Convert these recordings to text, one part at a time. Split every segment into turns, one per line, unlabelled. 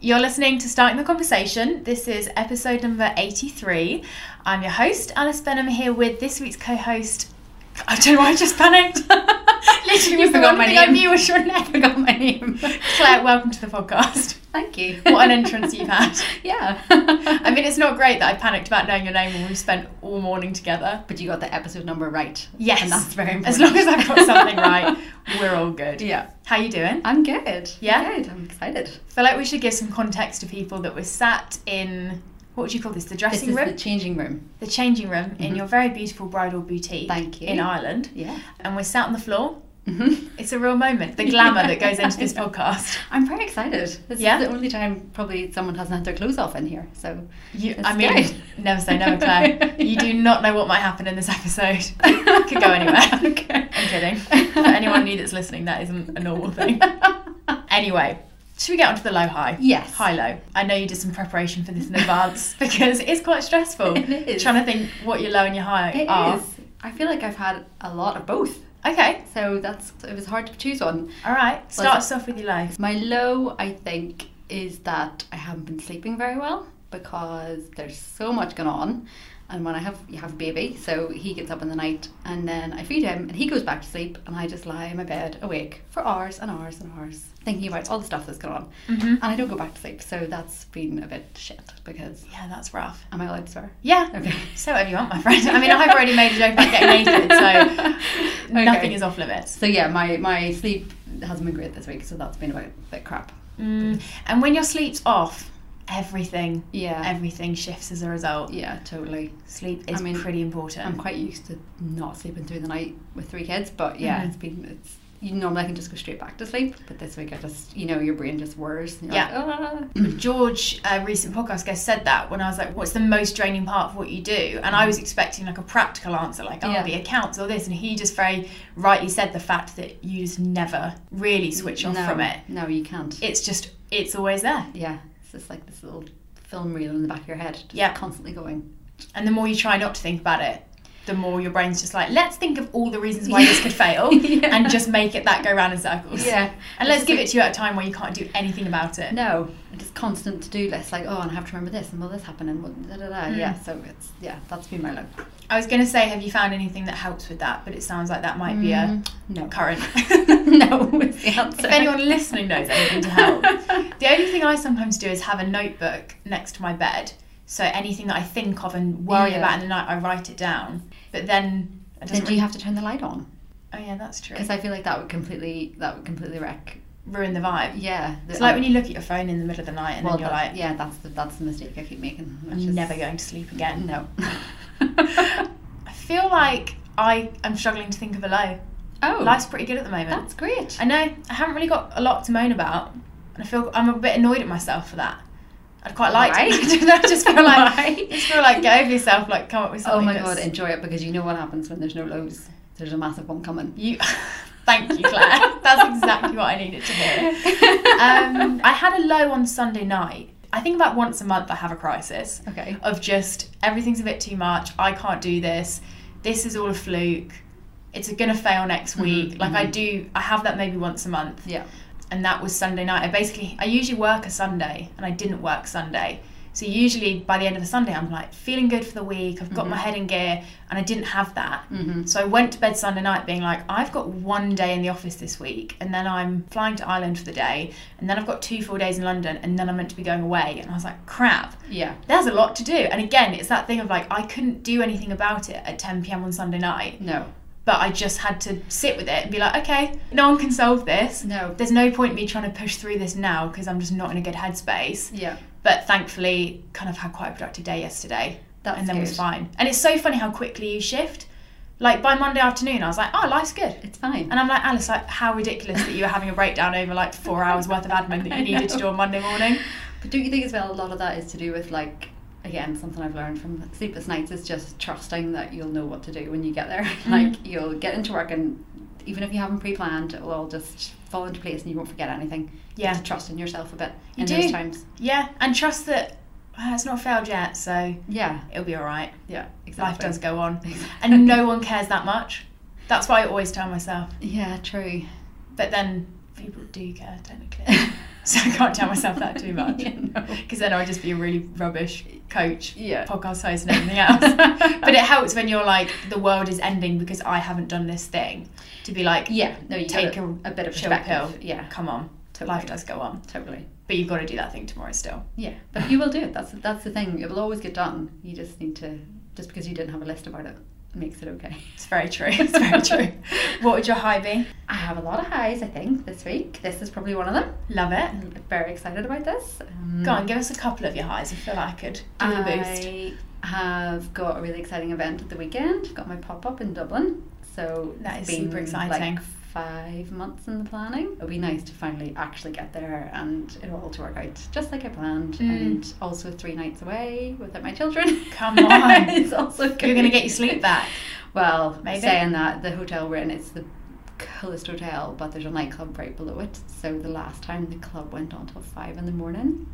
You're listening to Starting the Conversation. This is episode number 83. I'm your host, Alice Benham, here with this week's co host. I don't know why I just panicked. Literally,
You forgot my
the one thing I
name.
knew was your name.
forgot my name.
Claire, welcome to the podcast.
Thank you.
What an entrance you've had.
yeah.
I mean, it's not great that I panicked about knowing your name when we spent all morning together.
but you got the episode number right.
Yes.
And that's very important.
As long as I've got something right, we're all good.
Yeah.
How you doing?
I'm good.
Yeah?
Good. I'm excited.
feel like we should give some context to people that we're sat in, what would you call this, the
This
dressing
is
room?
the changing room.
the changing room in
Mhm.
your very beautiful bridal boutique
Thank you.
in Ireland,
Yeah.
and we're sat on the floor.
Mhm.
It's a real moment, the glamour that goes into this
Yeah.
podcast.
I'm very excited. This
Yeah?
is the only time probably someone hasn't had their clothes off in here. So
You,
That's
I mean,
good.
never say never, Claire. You do not know what might happen in this episode. Could go anywhere.
okay.
I'm kidding. For anyone new that's listening, that isn't a normal thing. Anyway, should we get onto the low high?
Yes.
High low. I know you did some preparation for this in advance because it's quite stressful.
It is.
Trying to think what your low and your high
It
are.
is. I feel like I've had a lot of both.
Okay,
So that's it was hard to choose one.
all right. Start us off with your low.
My low, I think, is that I haven't been sleeping very well because there's so much going on. And when I have you have a baby, so he gets up in the night and then I feed him and he goes back to sleep and I just lie in my bed awake for hours and hours and hours thinking about all the stuff that's going on.
Mm-hmm.
And I don't go back to sleep, so that's been a bit shit because
Yeah, that's rough.
am I allowed to swear?
Yeah.
Okay.
Say whatever you want, my friend. I mean, I've already made a joke about getting naked, so
Okay.
nothing is off limits.
So yeah, my, my sleep hasn't been great this week, so that's been a bit, bit crap.
Mm. And when your sleep's off, everything,
Yeah.
everything shifts as a result.
Yeah, totally.
Sleep is
I mean,
pretty
I'm
important.
quite used to not sleeping through the night with three kids, but yeah,
Mhm.
it's been it's you normally I can just go straight back to sleep, but this week I just you know your brain just whirs. And you're
Yeah.
Like, ah.
George, a recent podcast guest, said that when I was like, "What's the most draining part of what you do?" And I was expecting like a practical answer, like, "Oh,
Mm. Yeah.
the accounts or this," and he just very rightly said the fact that you just never really switch off
no,
from it.
No, you can't.
It's just, it's always there.
yeah, it's just like this little film reel in the back of your head, just
Yeah.
constantly going.
And the more you try not to think about it, the more your brain's just like, let's think of all the reasons why this could fail
Yeah.
and just make it that go round in circles.
Yeah,
And let's give it to you at a time where you can't do anything about it.
No, just constant to do list like oh, and I have to remember this and will this happen and what da da da.
Mm.
Yeah, so it's yeah, that's been my look.
I was going to say, have you found anything that helps with that? But it sounds like that might be a
Mm, no.
current.
no, is the answer.
Hmm. if anyone listening knows anything to help. The only thing I sometimes do is have a notebook next to my bed. So anything that I think of and worry
Yeah.
about in the night, I write it down. But then I just.
then do you have to turn the light on?
oh, yeah, that's true.
Because I feel like that would completely that would completely wreck.
Ruin the vibe.
Yeah,
It's like when you look at your phone in the middle of the night and then you're
that's-
like,
yeah, that's the that's the mistake I keep making.
I'm
which is-
never going to sleep again.
No.
I feel like I am struggling to think of a low.
oh,
Life's pretty good at the moment.
that's great.
I know I haven't really got a lot to moan about, and I feel I'm a bit annoyed at myself for that. I'd quite like
Why?
to. I don't know, I just feel like
Why?
just feel like get over yourself, like come up with
Oh
something.
my
that's-
god, enjoy it because you know what happens when there's no lows. There's a massive one coming.
you. Thank you, Claire. That's exactly what I needed to hear. Um, I had a low on Sunday night. I think about once a month I have a crisis.
okay.
of just everything's a bit too much. I can't do this. This is all a fluke. It's gonna fail next
Mhm,
week. Like I
mhm.
do, I have that maybe once a month,
Yeah.
and that was Sunday night. I basically, I usually work a Sunday, and I didn't work Sunday. So usually by the end of the Sunday, I'm like feeling good for the week. I've got my
Mhm.
head in gear, and I didn't have that.
Mm-hmm.
So I went to bed Sunday night being like, I've got one day in the office this week, and then I'm flying to Ireland for the day, and then I've got two full days in London, and then I'm meant to be going away. And I was like, crap
Yeah.
there's a lot to do. And again, it's that thing of like, I couldn't do anything about it at 10 pm on Sunday night,
No.
but I just had to sit with it and be like, okay, no one can solve this.
No.
There's no point me trying to push through this now because I'm just not in a good headspace.
Yeah.
But thankfully, kind of had quite a productive day yesterday
That's
and then
good.
was fine. And it's so funny how quickly you shift. Like by Monday afternoon, I was like, oh, life's good.
It's fine.
And I'm like, Alice, like, how ridiculous that you were having a breakdown over like four hours worth of admin that you needed to do on Monday morning.
But don't you think as well a lot of that is to do with like again something I've learned from sleepless nights is just trusting that you'll know what to do when you get there.
Mm-hmm.
like you'll get into work and even if you haven't pre-planned, it will just fall into place and you won't forget anything. You
Yeah.
have to trust in yourself a bit
You
in
do.
those times.
Yeah, and trust that uh, it's not failed yet, so
Yeah.
it'll be all right.
Yeah.
Life does go on,
Exactly.
and no one cares that much. That's why I always tell myself.
Yeah. True.
But then people do care technically. so I can't tell myself that too much.
Yeah, no.
Because then I would just be a really rubbish coach,
Yeah.
podcast host, and everything else. but it helps when you're like, the world is ending because I haven't done this thing. To be like,
Yeah, no, you
Take
gotta-
a
bit of
chill
perspective.
pill.
Yeah,
come on,
Totally.
life does go on.
totally.
But you've got to do that thing tomorrow still.
Yeah, but you will do it. That's that's the thing. It will always get done. You just need to just because you didn't have a list about it makes it okay.
It's very true. It's very true. What would your high be?
I have a lot of highs. I think this week. This is probably one of them.
Love it.
I'm very excited about this. Um,
Go on, give us a couple of your highs. I feel like I could give you a boost.
I have got a really exciting event at the weekend. I've got my pop up in Dublin. So
That
it's
is super
been,
exciting.
Like five months in the planning. It'll be nice to finally actually get there and it all to work out just like I planned.
Mm.
And also three nights away without my children.
Come on.
it's also good.
You're going to get your sleep back.
Well,
Maybe.
saying that, the hotel we're in, it's the coolest hotel, but there's a nightclub right below it. So the last time the club went on till five in the morning,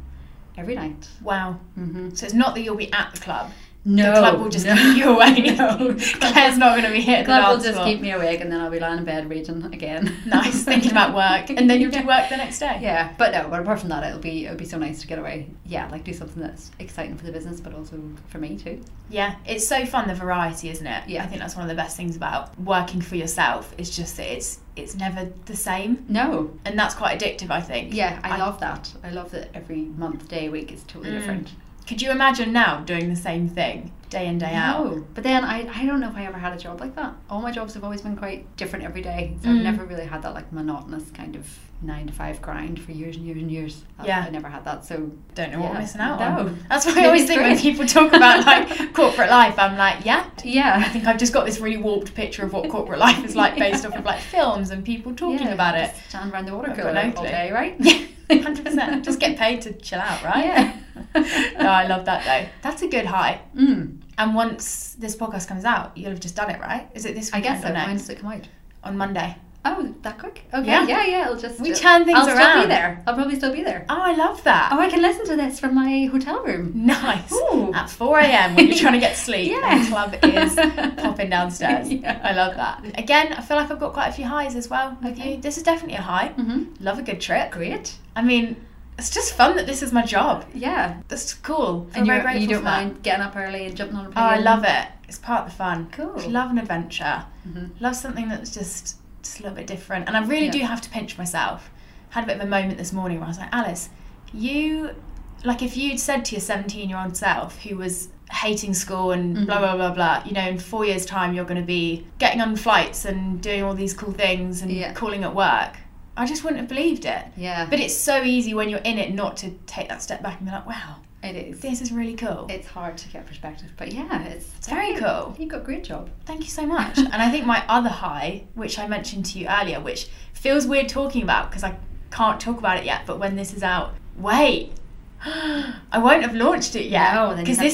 every night.
Wow.
Mm-hmm.
So it's not that you'll be at the club.
No,
the club will just
no,
keep you awake.
No,
Claire's not going to be
the
hitting the
club will
dance
just
floor.
keep me awake, and then I'll be lying in bed reading again.
Nice, thinking about work, and then you'll do work the next day.
Yeah, but no. But apart from that, it'll be it'll be so nice to get away. Yeah, like do something that's exciting for the business, but also for me too.
Yeah, it's so fun the variety, isn't it?
Yeah.
I think that's one of the best things about working for yourself. It's just that it's it's never the same,
No,
and that's quite addictive. I think.
yeah, I,
I-
love that. I love that every month, day, week is totally
Mm.
different.
Could you imagine now doing the same thing day in day out?
No, but then I, I don't know if I ever had a job like that. All my jobs have always been quite different every day. So
Mm.
I've never really had that like monotonous kind of nine to five grind for years and years and years. I-
Yeah.
I never had that. So
Don't know what
yeah.
we're missing out on.
no.
That's what I
Maybe
always
it's
think when
great.
people talk about like corporate life. I'm like, yeah, I
Yeah.
think I've just got this really warped picture of what corporate life is like based off of like films and people talking
Yeah,
about it.
just Stand around the water
I've got
cooler
no
all
clue.
day, right?
Yeah, hundred percent. Just get paid to chill out, right?
Yeah.
no, I love that though. That's a good high.
Mm,
And once this podcast comes out, you'll have just done it, right? Is it this
I
weekend
guess so.
or
When
next?
does it come out?
On Monday.
Oh, that quick? Okay.
Yeah. uh,
Yeah, yeah. it'll just
We turn things
I'll still
around.
be there. I'll probably still be there.
Oh, I love that.
Oh, I can listen to this from my hotel room.
Nice.
Ooh.
At 4 a.m. when you're trying to get sleep,
Yeah.
the club is popping downstairs.
Yeah.
I love that. Again, I feel like I've got quite a few highs as well with
Okay.
you. This is definitely a high.
Mm-hmm.
Love a good trip.
Great.
I mean, it's just fun that this is my job.
Yeah.
That's cool.
And
I'm very
you're,
grateful
you don't
for that.
mind getting up early and jumping on a plane.
Oh, I love it. It's part of the fun.
Cool.
Just love an adventure.
Mhm.
Love something that's just just a little bit different. And I really
Yeah.
do have to pinch myself. Had a bit of a moment this morning where I was like, Alice, you like if you'd said to your 17 year old self who was hating school and blah
Mhm.
blah blah blah you know in four years time you're going to be getting on flights and doing all these cool things and
Yeah.
calling at work i just wouldn't have believed it
Yeah,
but it's so easy when you're in it not to take that step back and be like wow
it is.
this is really cool
It's hard to get perspective, but yeah, it's
it's very cool
You've got a great job.
Thank you so much. and I think my other high, which I mentioned to you earlier, which feels weird talking about because I can't talk about it yet, but when this is out, wait, I won't have launched it
No,
yet
Oh, then
because
you have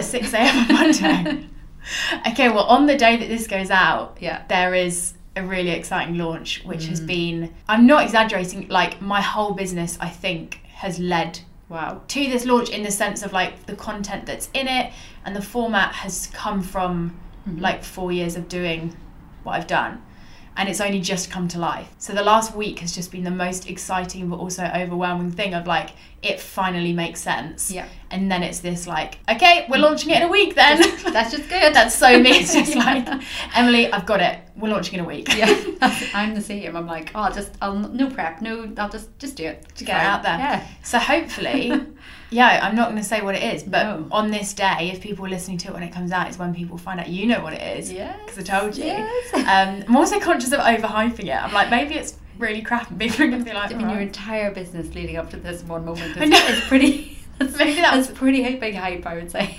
this
to
goes
say.
out at 6 a.m. on Monday. okay, well, on the day that this goes out,
Yeah.
there is a really exciting launch, which
Mm.
has been, I'm not exaggerating, like my whole business, I think, has led
Wow.
to this launch in the sense of like the content that's in it and the format has come from like four years of doing what I've done. And it's only just come to life. So the last week has just been the most exciting but also overwhelming thing of like, it finally makes sense.
Yeah.
And then it's this like, okay, we're launching it in a week then.
That's just good.
That's so me. It's just
Yeah.
like, Emily, I've got it. We're launching in a week.
Yeah, I'm the same. I'm like, oh, I'll just I'll no prep, no, I'll just just do it to
get it out there.
Yeah,
So hopefully, yeah, I'm not going to say what it is, but
No.
on this day, if people are listening to it when it comes out, is when people find out you know what it is.
yeah.
Because I told you.
Yes.
Um, I'm also conscious of overhyping it. I'm like, maybe it's really crap, and people are going to be like,
I mean, your
"Alright."
entire business leading up to this one moment
I
is,
know.
is pretty. That's,
Maybe that
that's pretty hy- big hype, I would say.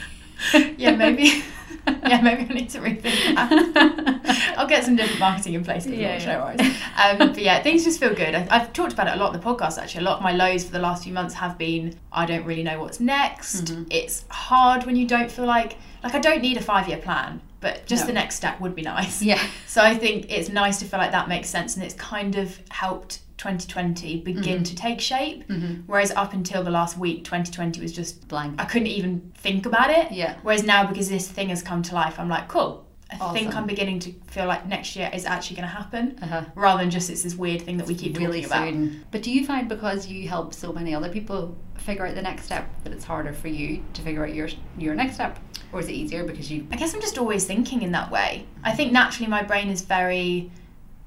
yeah, maybe, yeah, maybe I need to rethink that. I'll get some different marketing in place. for the
Yeah,
launch,
yeah.
no worries. Um, but yeah, things just feel good. I, I've talked about it a lot in the podcast. Actually, a lot of my lows for the last few months have been I don't really know what's next.
Mhm.
It's hard when you don't feel like like I don't need a five year plan, but just
No.
the next step would be nice.
Yeah.
So I think it's nice to feel like that makes sense, and it's kind of helped 2020 begin
Mhm.
to take shape.
Mm-hmm.
Whereas up until the last week, 2020 was just
Blank.
I couldn't even think about it.
Yeah.
Whereas now, because this thing has come to life, I'm like, cool, I
Awesome.
think I'm beginning to feel like next year is actually going to happen
Uh-huh.
rather than just it's this weird thing that we keep
Really
talking about.
soon. But do you find because you help so many other people figure out the next step that it's harder for you to figure out your your next step, or is it easier because you?
I guess I'm just always thinking in that way. I think naturally my brain is very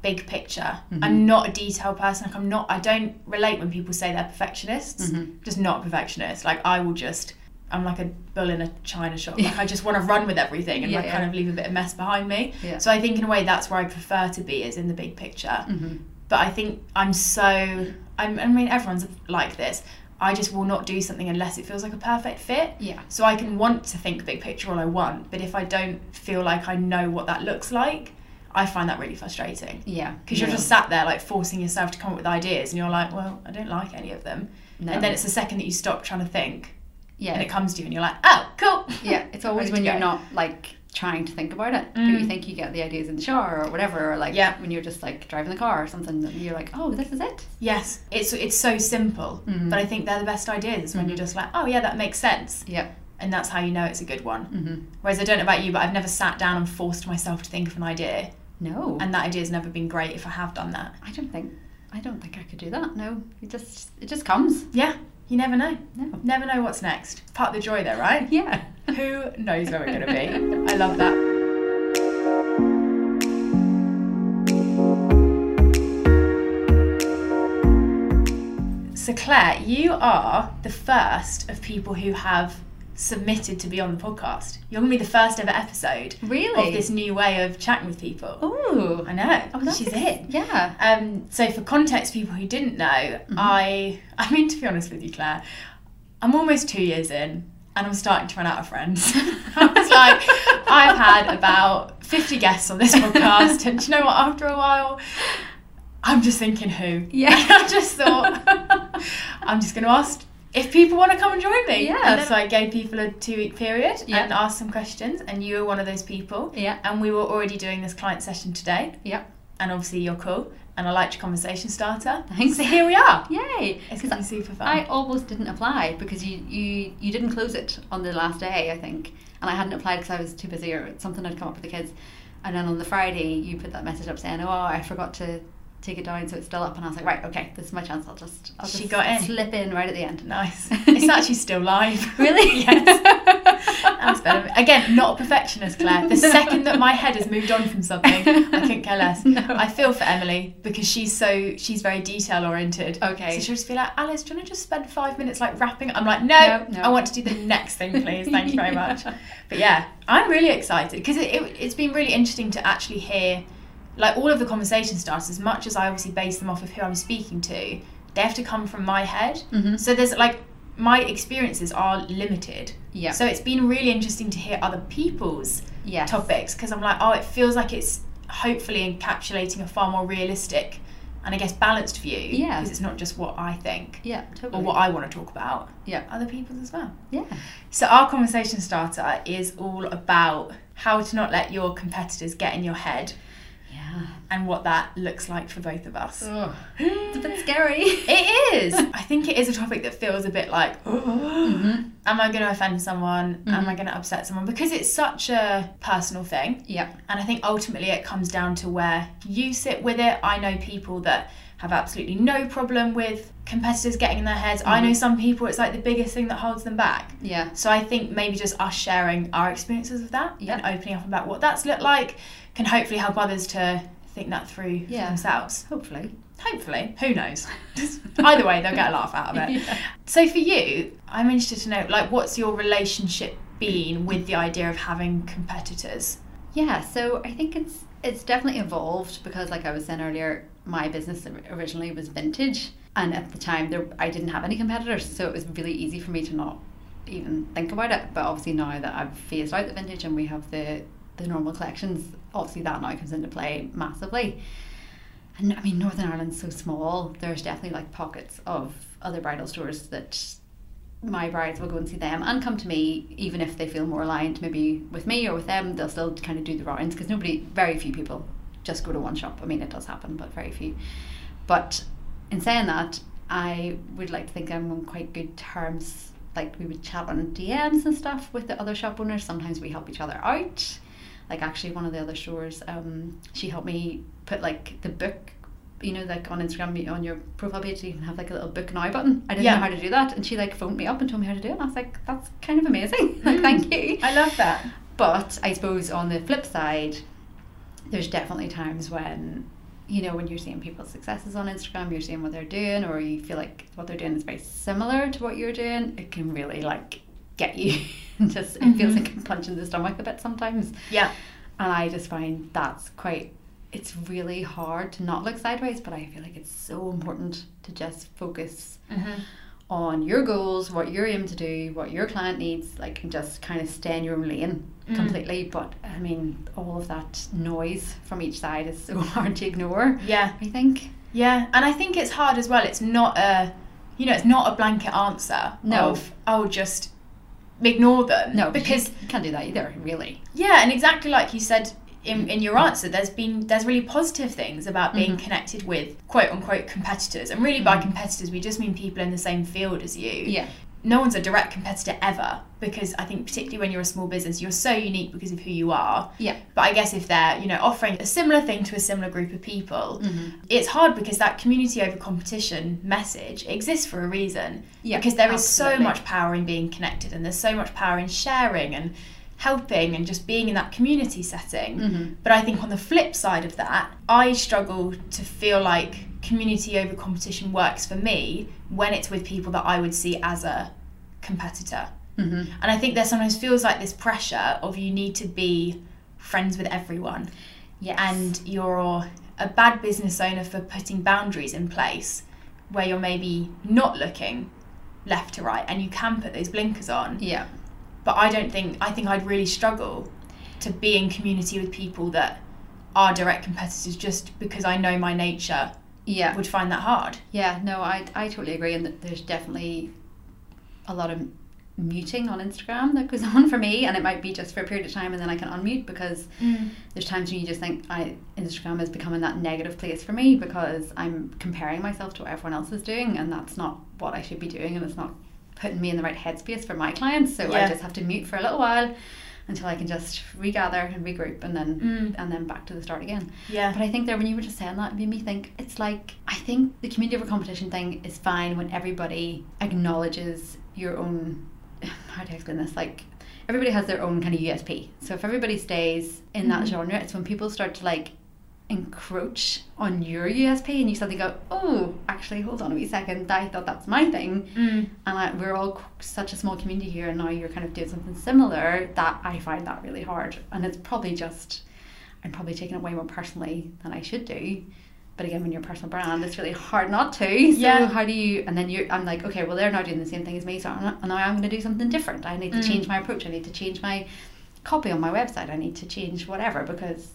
big picture.
Mm-hmm.
I'm not a detail person. Like I'm not. I don't relate when people say they're perfectionists.
Mm-hmm.
Just not a perfectionist. Like I will just. I'm like a bull in a china shop. Like I just want to run with everything and
Yeah,
like kind
yeah.
of leave a bit of mess behind me.
Yeah.
So I think in a way that's where I prefer to be is in the big picture. But I think I'm so. I'm, I mean, everyone's like this. I just will not do something unless it feels like a perfect fit.
Yeah.
So I can want to think big picture all I want, but if I don't feel like I know what that looks like, I find that really frustrating.
Yeah.
Because you're
No.
just sat there like forcing yourself to come up with ideas and you're like, well, I don't like any of them.
No.
And then it's the second that you stop trying to think
yeah.
and it comes to you and you're like, oh, cool.
Yeah, it's
Ready
always when
to
you're
go.
not like trying to think about it, but you think you get the ideas in the shower or whatever, or like
Yeah.
when you're just like driving the car or something, and you're like, oh, this is it.
Yes, it's it's so simple,
Mm-hmm.
but I think they're the best ideas is when you're just like, oh yeah, that makes sense,
Yeah,
and that's how you know it's a good one.
Mm-hmm.
Whereas I don't know about you, but I've never sat down and forced myself to think of an idea,
no,
and that idea's never been great if I have done that.
I don't think I don't think I could do that. No, it just it just comes.
Yeah, you never know.
No.
Never know what's next. Part of the joy, though, right?
Yeah.
Who knows where we're going to be? I love that. So, Claire, you are the first of people who have submitted to be on the podcast. You're going to be the first ever episode
Really?
of this new way of chatting with people.
oh,
I know.
oh, that's
she's
ex-
it.
Yeah.
Um, so for context, people who didn't know,
Mm-hmm.
I I mean to be honest with you, Claire, I'm almost two years in, and I'm starting to run out of friends. I was like, I've had about 50 guests on this podcast, and do you know what? After a while, I'm just thinking who.
Yeah.
And I just thought I'm just going to ask if people want to come and join me.
Yeah.
And so I gave people a two week period
Yeah.
and asked some questions, and you were one of those people.
Yeah.
And we were already doing this client session today
Yeah.
and obviously you're cool and I liked your conversation starter.
Thanks.
So here we are.
Yay.
It's
'Cause
gonna be super fun.
I almost didn't apply because you, you you didn't close it on the last day, I think, and I hadn't applied because I was too busy or something had come up with the kids. And then on the Friday, you put that message up saying, "Oh, I forgot to take it down, so it's still up." And I was like, "Right, okay, this is my chance. I'll just I'll
She
just
got in.
slip in right at the end."
nice. It's actually still live.
Really?
yes. That's better. Again, not a perfectionist, Claire. The second that my head has moved on from something, I couldn't care less.
No.
I feel for Emily because she's so she's very detail oriented.
Okay.
So she'll just be like, Alice, do you want to just spend five minutes like wrapping? I'm like, no,
No, no.
I want to do the next thing, please. Thank you very much.
Yeah.
But yeah, I'm really excited because it, it, it's been really interesting to actually hear, like, all of the conversation starters, as much as I obviously base them off of who I'm speaking to, they have to come from my head.
Mhm.
So there's like, my experiences are limited.
Yeah.
So it's been really interesting to hear other people's
Yes.
topics because I'm like, oh, it feels like it's hopefully encapsulating a far more realistic and I guess balanced view.
Yeah.
Because it's not just what I think
Yeah.
or
Totally.
what I want to talk about.
Yeah.
Other people's as well.
Yeah.
So our conversation starter is all about how to not let your competitors get in your head
Yeah.
and what that looks like for both of us.
It's a bit scary.
It is. I think it is a topic that feels a bit like,
Mm-hmm.
am I going to offend someone? Am I going to upset someone? Because it's such a personal thing.
Yeah.
And I think ultimately it comes down to where you sit with it. I know people that have absolutely no problem with competitors getting in their heads. I
Mm-hmm.
know some people it's like the biggest thing that holds them back.
Yeah.
So I think maybe just us sharing our experiences of that
Yeah.
and opening up about what that's looked like can hopefully help others to think that through for
Yeah.
themselves.
Hopefully.
Hopefully, who knows? Either way, they'll get a laugh out of it.
Yeah.
So for you, I'm interested to know like what's your relationship been with the idea of having competitors?
Yeah, so I think it's it's definitely evolved because, like I was saying earlier, my business originally was vintage, and at the time there I didn't have any competitors, so it was really easy for me to not even think about it. But obviously now that I've phased out the vintage and we have the the normal collections, obviously that now comes into play massively. And I mean, Northern Ireland's so small. There's definitely like pockets of other bridal stores that my brides will go and see them and come to me, even if they feel more aligned, maybe with me or with them. They'll still kind of do the rounds because nobody, very few people, just go to one shop. I mean, it does happen, but very few. But in saying that, I would like to think I'm on quite good terms. Like we would chat on DMs and stuff with the other shop owners. Sometimes we help each other out. like actually one of the other stores um, she helped me put like the book you know like on instagram you- on your profile page you can have like a little book now button i didn't
Yeah.
know how to do that and she like phoned me up and told me how to do it and i was like that's kind of amazing like
Mm.
thank you
I love that.
but I suppose on the flip side, there's definitely times when, you know, when you're seeing people's successes on Instagram, you're seeing what they're doing, or you feel like what they're doing is very similar to what you're doing, it can really like get you. and just it feels
Mhm.
like a punch in the stomach a bit sometimes.
Yeah.
And I just find that's quite it's really hard to not look sideways, but I feel like it's so important to just focus
Mm-hmm.
on your goals, what you're aiming to do, what your client needs, like and just kind of stay in your own lane
Mm.
completely. But I mean, all of that noise from each side is so hard to ignore.
Yeah.
I think.
Yeah. And I think it's hard as well. It's not a, you know, it's not a blanket answer
No.
of, oh, just ignore them.
No,
Because,
because you can't do that either, really.
yeah, and exactly like you said in, in your answer, there's been, there's really positive things about being
Mhm.
connected with quote unquote competitors. And really by competitors, we just mean people in the same field as you.
Yeah.
no one's a direct competitor ever because I think particularly when you're a small business, you're so unique because of who you are.
Yeah.
But I guess if they're, you know, offering a similar thing to a similar group of people, it's hard because that community over competition message exists for a reason.
Yeah.
because there is so
absolutely.
much power in being connected and there's so much power in sharing and helping and just being in that community setting.
Mhm.
But I think on the flip side of that, I struggle to feel like community over competition works for me when it's with people that I would see as a competitor.
Mhm.
And I think there sometimes feels like this pressure of you need to be friends with everyone
Yes.
and you're a bad business owner for putting boundaries in place where you're maybe not looking left to right and you can put those blinkers on.
yeah.
But I don't think, I think I'd really struggle to be in community with people that are direct competitors just because I know my nature
Yeah.
would find that hard.
Yeah. No, I I totally agree, and that there's definitely a lot of muting on Instagram that goes on for me, and it might be just for a period of time, and then I can unmute because there's times when you just think I Instagram is becoming that negative place for me because I'm comparing myself to what everyone else is doing and that's not what I should be doing and it's not putting me in the right headspace for my clients. So
Yeah.
I just have to mute for a little while until I can just regather and regroup and then
Mm.
and then back to the start again.
Yeah.
But I think there when you were just saying that it made me think it's like I think the community over competition thing is fine when everybody acknowledges your own how do I explain this? Like everybody has their own kind of USP. So if everybody stays in that
Mhm.
genre, it's when people start to like encroach on your USP and you suddenly go, Oh, actually hold on a wee second, I thought that's my thing
Mm.
and I, we're all qu- such a small community here and now you're kind of doing something similar that i find that really hard and it's probably just i'm probably taking it way more personally than i should do but again when you're a personal brand it's really hard not to so
Yeah.
how do you and then you i'm like okay well they're now doing the same thing as me so I'm not, and now i'm going to do something different i need to
Mm.
change my approach i need to change my copy on my website i need to change whatever because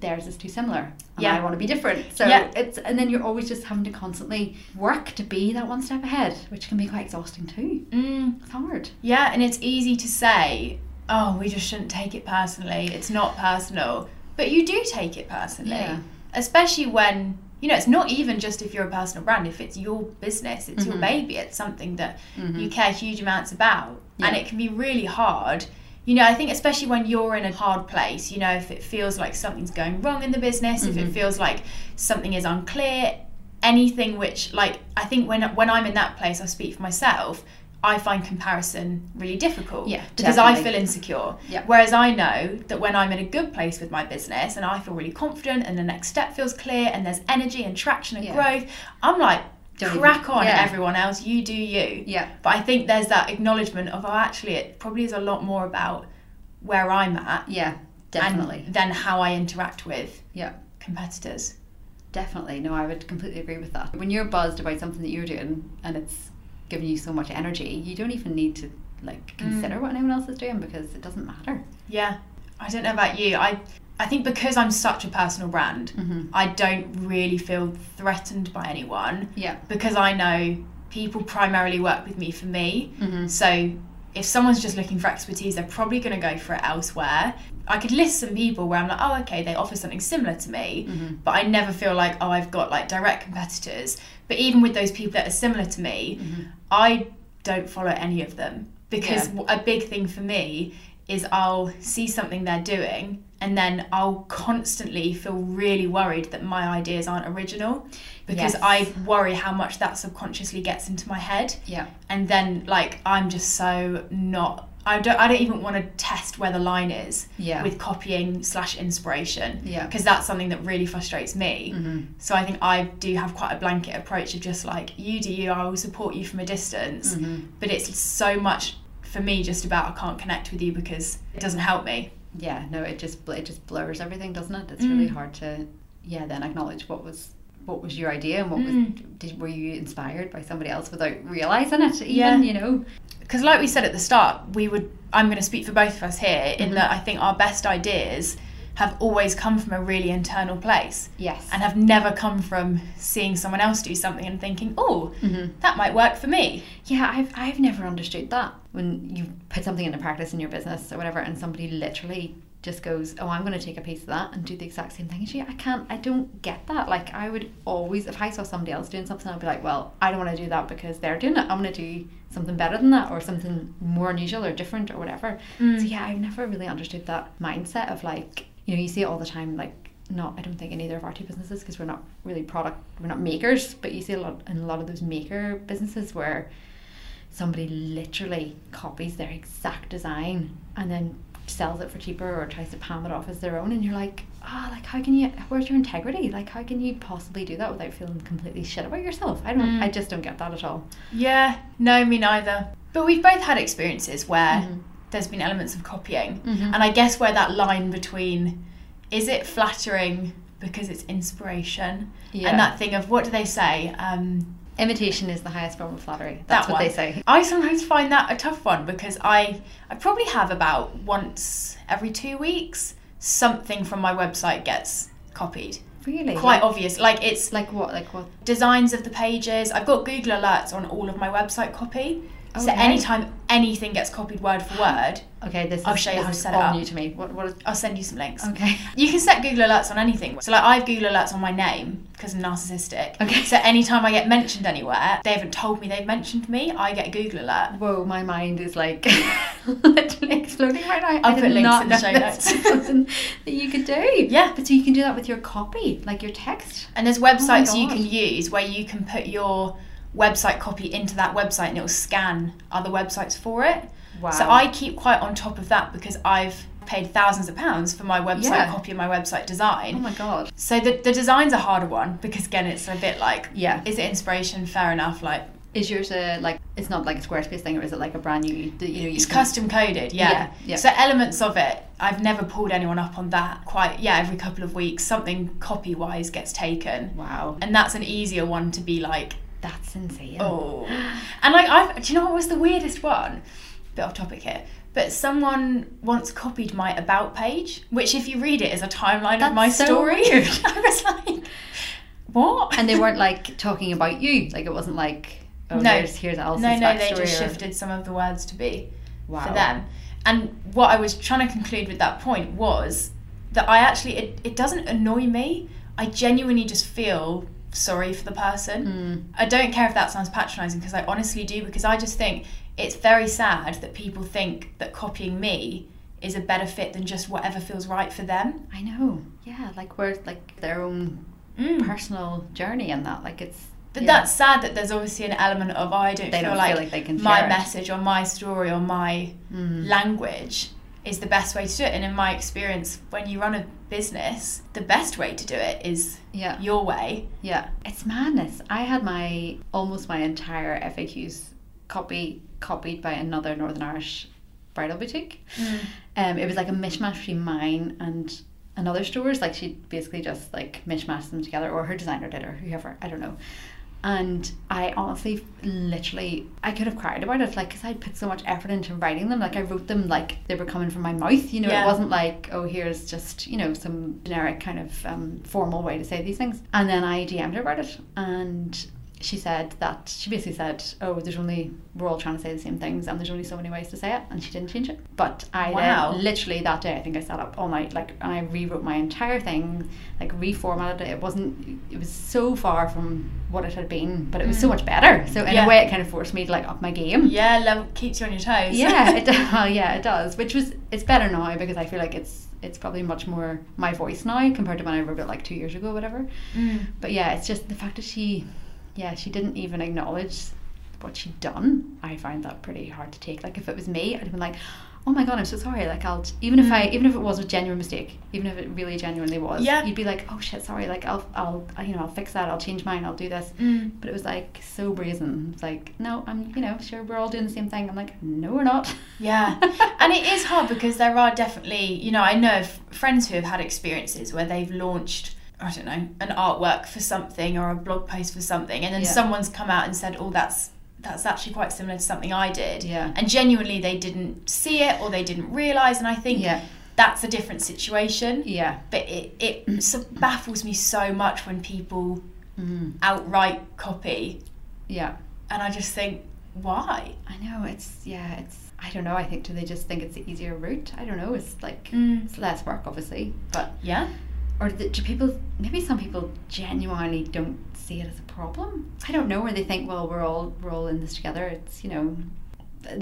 theirs is too similar and
Yeah.
i want to be different so
Yeah.
it's and then you're always just having to constantly work to be that one step ahead, which can be quite exhausting too.
Mm.
It's hard.
Yeah, and it's easy to say, oh, we just shouldn't take it personally. It's not personal. But you do take it personally.
Yeah.
Especially when, you know, it's not even just if you're a personal brand, if it's your business, it's your
Mhm.
baby, it's something that you
You-
care huge amounts about. And
Mm-hmm. Yeah.
it can be really hard. You know, I think especially when you're in a hard place, you know, if it feels like something's going wrong in the business, if it
Mhm.
feels like something is unclear, anything which like I think when when I'm in that place, I speak for myself, I find comparison really difficult.
Yeah,
Because I
definitely.
feel insecure.
Yeah.
Whereas I know that when I'm in a good place with my business and I feel really confident and the next step feels clear and there's energy and traction and
Yeah.
growth, I'm like
Don't even-
crack on
yeah.
everyone else, you do you.
Yeah.
But I think there's that acknowledgement of, oh, actually, it probably is a lot more about where I'm at
Yeah. Definitely.
and then how I interact with
Yeah.
competitors.
Definitely. No, I would completely agree with that. When you're buzzed about something that you're doing and it's giving you so much energy, you don't even need to like consider what anyone else is doing because it doesn't matter.
Yeah, I don't know about you. I I think because I'm such a personal brand,
Mm-hmm.
I don't really feel threatened by anyone
Yeah.
because I know people primarily work with me for me.
Mm-hmm.
So if someone's just looking for expertise, they're probably going to go for it elsewhere. I could list some people where I'm like, oh, okay, they offer something similar to me,
Mhm.
but I never feel like, oh, I've got like direct competitors. But even with those people that are similar to
Mm-hmm.
me, I don't follow any of them because w- a big thing for me is I'll see something they're doing and then I'll constantly feel really worried that my ideas aren't original because
Yes.
I worry how much that subconsciously gets into my head
Yeah.
and then like I'm just so not I don't I don't even want to test where the line is
Yeah.
with copying slash inspiration
yeah.
because that's something that really frustrates me
Mhm.
so I think I do have quite a blanket approach of just like you do you I will support you from a distance
Mhm.
but it's so much for me just about I can't connect with you because it doesn't help me
Yeah. No, it just bl- it just blurs everything, doesn't it? It's really
Mm.
hard to yeah then acknowledge what was what was your idea and what was
Mm.
did were you inspired by somebody else without realizing it even
Yeah.
you know
because like we said at the start we would I'm going to speak for both of us here in
Mhm.
that I think our best ideas have always come from a really internal place
yes
and have never come from seeing someone else do something and thinking, oh,
mm-hmm.
that might work for me.
Yeah, I've, I've never understood that. When you put something into practice in your business or whatever, and somebody literally just goes, Oh, I'm going to take a piece of that and do the exact same thing as you, I can't, I don't get that. Like, I would always, if I saw somebody else doing something, I'd be like, Well, I don't want to do that because they're doing it. I'm going to do something better than that or something more unusual or different or whatever.
Mm.
So, yeah, I've never really understood that mindset of like, you know, you see it all the time, like, not, I don't think in either of our two businesses because we're not really product, we're not makers, but you see a lot in a lot of those maker businesses where somebody literally copies their exact design and then sells it for cheaper or tries to palm it off as their own and you're like ah like how can you where's your integrity like how can you possibly do that without feeling completely shit about yourself i don't
Mm.
i just don't get that at all
Yeah, no, me neither. But we've both had experiences where
Mm-hmm.
there's been elements of copying.
Mhm.
And I guess where that line between is it flattering because it's inspiration
yeah
and that thing of what do they say? Um,
imitation is the highest form of flattery that's
That
what they
one.
say
I sometimes find that a tough one because I, I probably have about once every two weeks something from my website gets copied.
really
Quite obvious. Like it's
like what like what
designs of the pages. I've got Google Alerts on all of my website copy. So
Okay.
anytime anything gets copied word for word,
okay this
I'll
is,
show you
this
how to
is
set it
all
up.
new to me what what is
I'll send you some links.
okay
You can set Google Alerts on anything. So like I have Google Alerts on my name because I'm narcissistic.
Okay.
So anytime I get mentioned anywhere, they haven't told me they've mentioned me, I get a Google Alert.
Whoa, my mind is like literally exploding right now.
I'll
I
put
did
links
not
in the
know
show
this
notes.
was something that you could do.
Yeah.
But so you can do that with your copy, like your text.
And there's websites you
God.
can use where you can put your website copy into that website and it'll scan other websites for it.
Wow.
So I keep quite on top of that because I've paid thousands of pounds for my website
Yeah.
copy and my website
Oh
design.
my god.
So the, the design's a harder one because again it's a bit like
Yeah.
is it inspiration? Fair enough. Like
Is yours a like? It's not like a Squarespace thing, or is it like a brand new? that, You know, you
it's
can-
custom coded, yeah.
Yeah, yeah.
So elements of it, I've never pulled anyone up on that. Quite yeah, every couple of weeks something copy wise gets taken,
Wow,
and that's an easier one to be like
that's insane.
Oh. And like I've do you know what was the weirdest one? Bit off topic here. But someone once copied my about page, which if you read it is a timeline
That's
of my
so
story.
weird.
I was like, What?
And they weren't like talking about you. Like it wasn't like. Oh,
No.
Here's, here's Alison's
No, no, they
backstory
just
or-
shifted some of the words to be
wow.
for them. And what I was trying to conclude with that point was that I actually it, it doesn't annoy me. I genuinely just feel sorry for the person.
Mm.
I don't care if that sounds patronising because I honestly do because I just think it's very sad that people think that copying me is a better fit than just whatever feels right for them.
I know. Yeah, like we're like their own
Mm.
personal journey and that. Like it's.
But
yeah.
that's sad that there's obviously an element of oh, I don't
They
feel
don't
like,
feel like they can share
my
it.
message or my story or my
Mm.
language is the best way to do it. And in my experience, when you run a business, the best way to do it is
Yeah.
your way.
Yeah, it's madness. I had my almost my entire FAQs copy copied by another Northern Irish bridal boutique. Um, it was like a mishmash between mine and another store's. Like she basically just like mishmashed them together, or her designer did, or whoever. I don't know. And I honestly, literally, I could have cried about it, like, because I put so much effort into writing them. Like, I wrote them like they were coming from my mouth, you know.
Yeah.
It wasn't like, oh, here's just, you know, some generic kind of um, formal way to say these things. And then I DM'd her about it, and she said that she basically said, "Oh, there's only we're all trying to say the same things, and there's only so many ways to say it," and she didn't change it. But I then
Wow.
literally that day, I think I sat up all night, like, and I rewrote my entire thing, like reformatted it. It wasn't, it was so far from what it had been, but it was so
Mm.
much better. So in
Yeah.
a way, it kind of forced me to like up my game.
Yeah, level keeps you on your toes.
Yeah, it does. Well, yeah, it does. Which was it's better now because I feel like it's it's probably much more my voice now compared to when I wrote it like two years ago, whatever.
Mm.
But yeah, it's just the fact that she, yeah, she didn't even acknowledge what she'd done. I find that pretty hard to take. Like if it was me, I'd have been like, oh my god, I'm so sorry. Like I'll even if I even if it was a genuine mistake, even if it really genuinely was,
Mm. Yeah.
you'd be like, oh shit, sorry. Like I'll I'll I- you know I'll fix that. I'll change mine. I'll do this.
Mm.
But it was like so brazen. It's like no, I'm you know sure we're all doing the same thing. I'm like no, we're not.
Yeah. and it is hard because there are definitely, you know, I know of friends who have had experiences where they've launched, I don't know, an artwork for something or a blog post for something, and then
Yeah.
someone's come out and said, "Oh, that's that's actually quite similar to something I did,"
Yeah.
and genuinely they didn't see it or they didn't realize, and I think
Yeah.
that's a different situation.
Yeah.
But it it so baffles me so much when people
Mm.
outright copy,
Yeah.
and I just think, why?
I know it's yeah it's I don't know I think do they just think it's the easier route I don't know it's like
Mm.
it's less work obviously but
Yeah.
or do, do people maybe some people genuinely don't see it as a problem I don't know where they think well we're all we're all in this together it's you know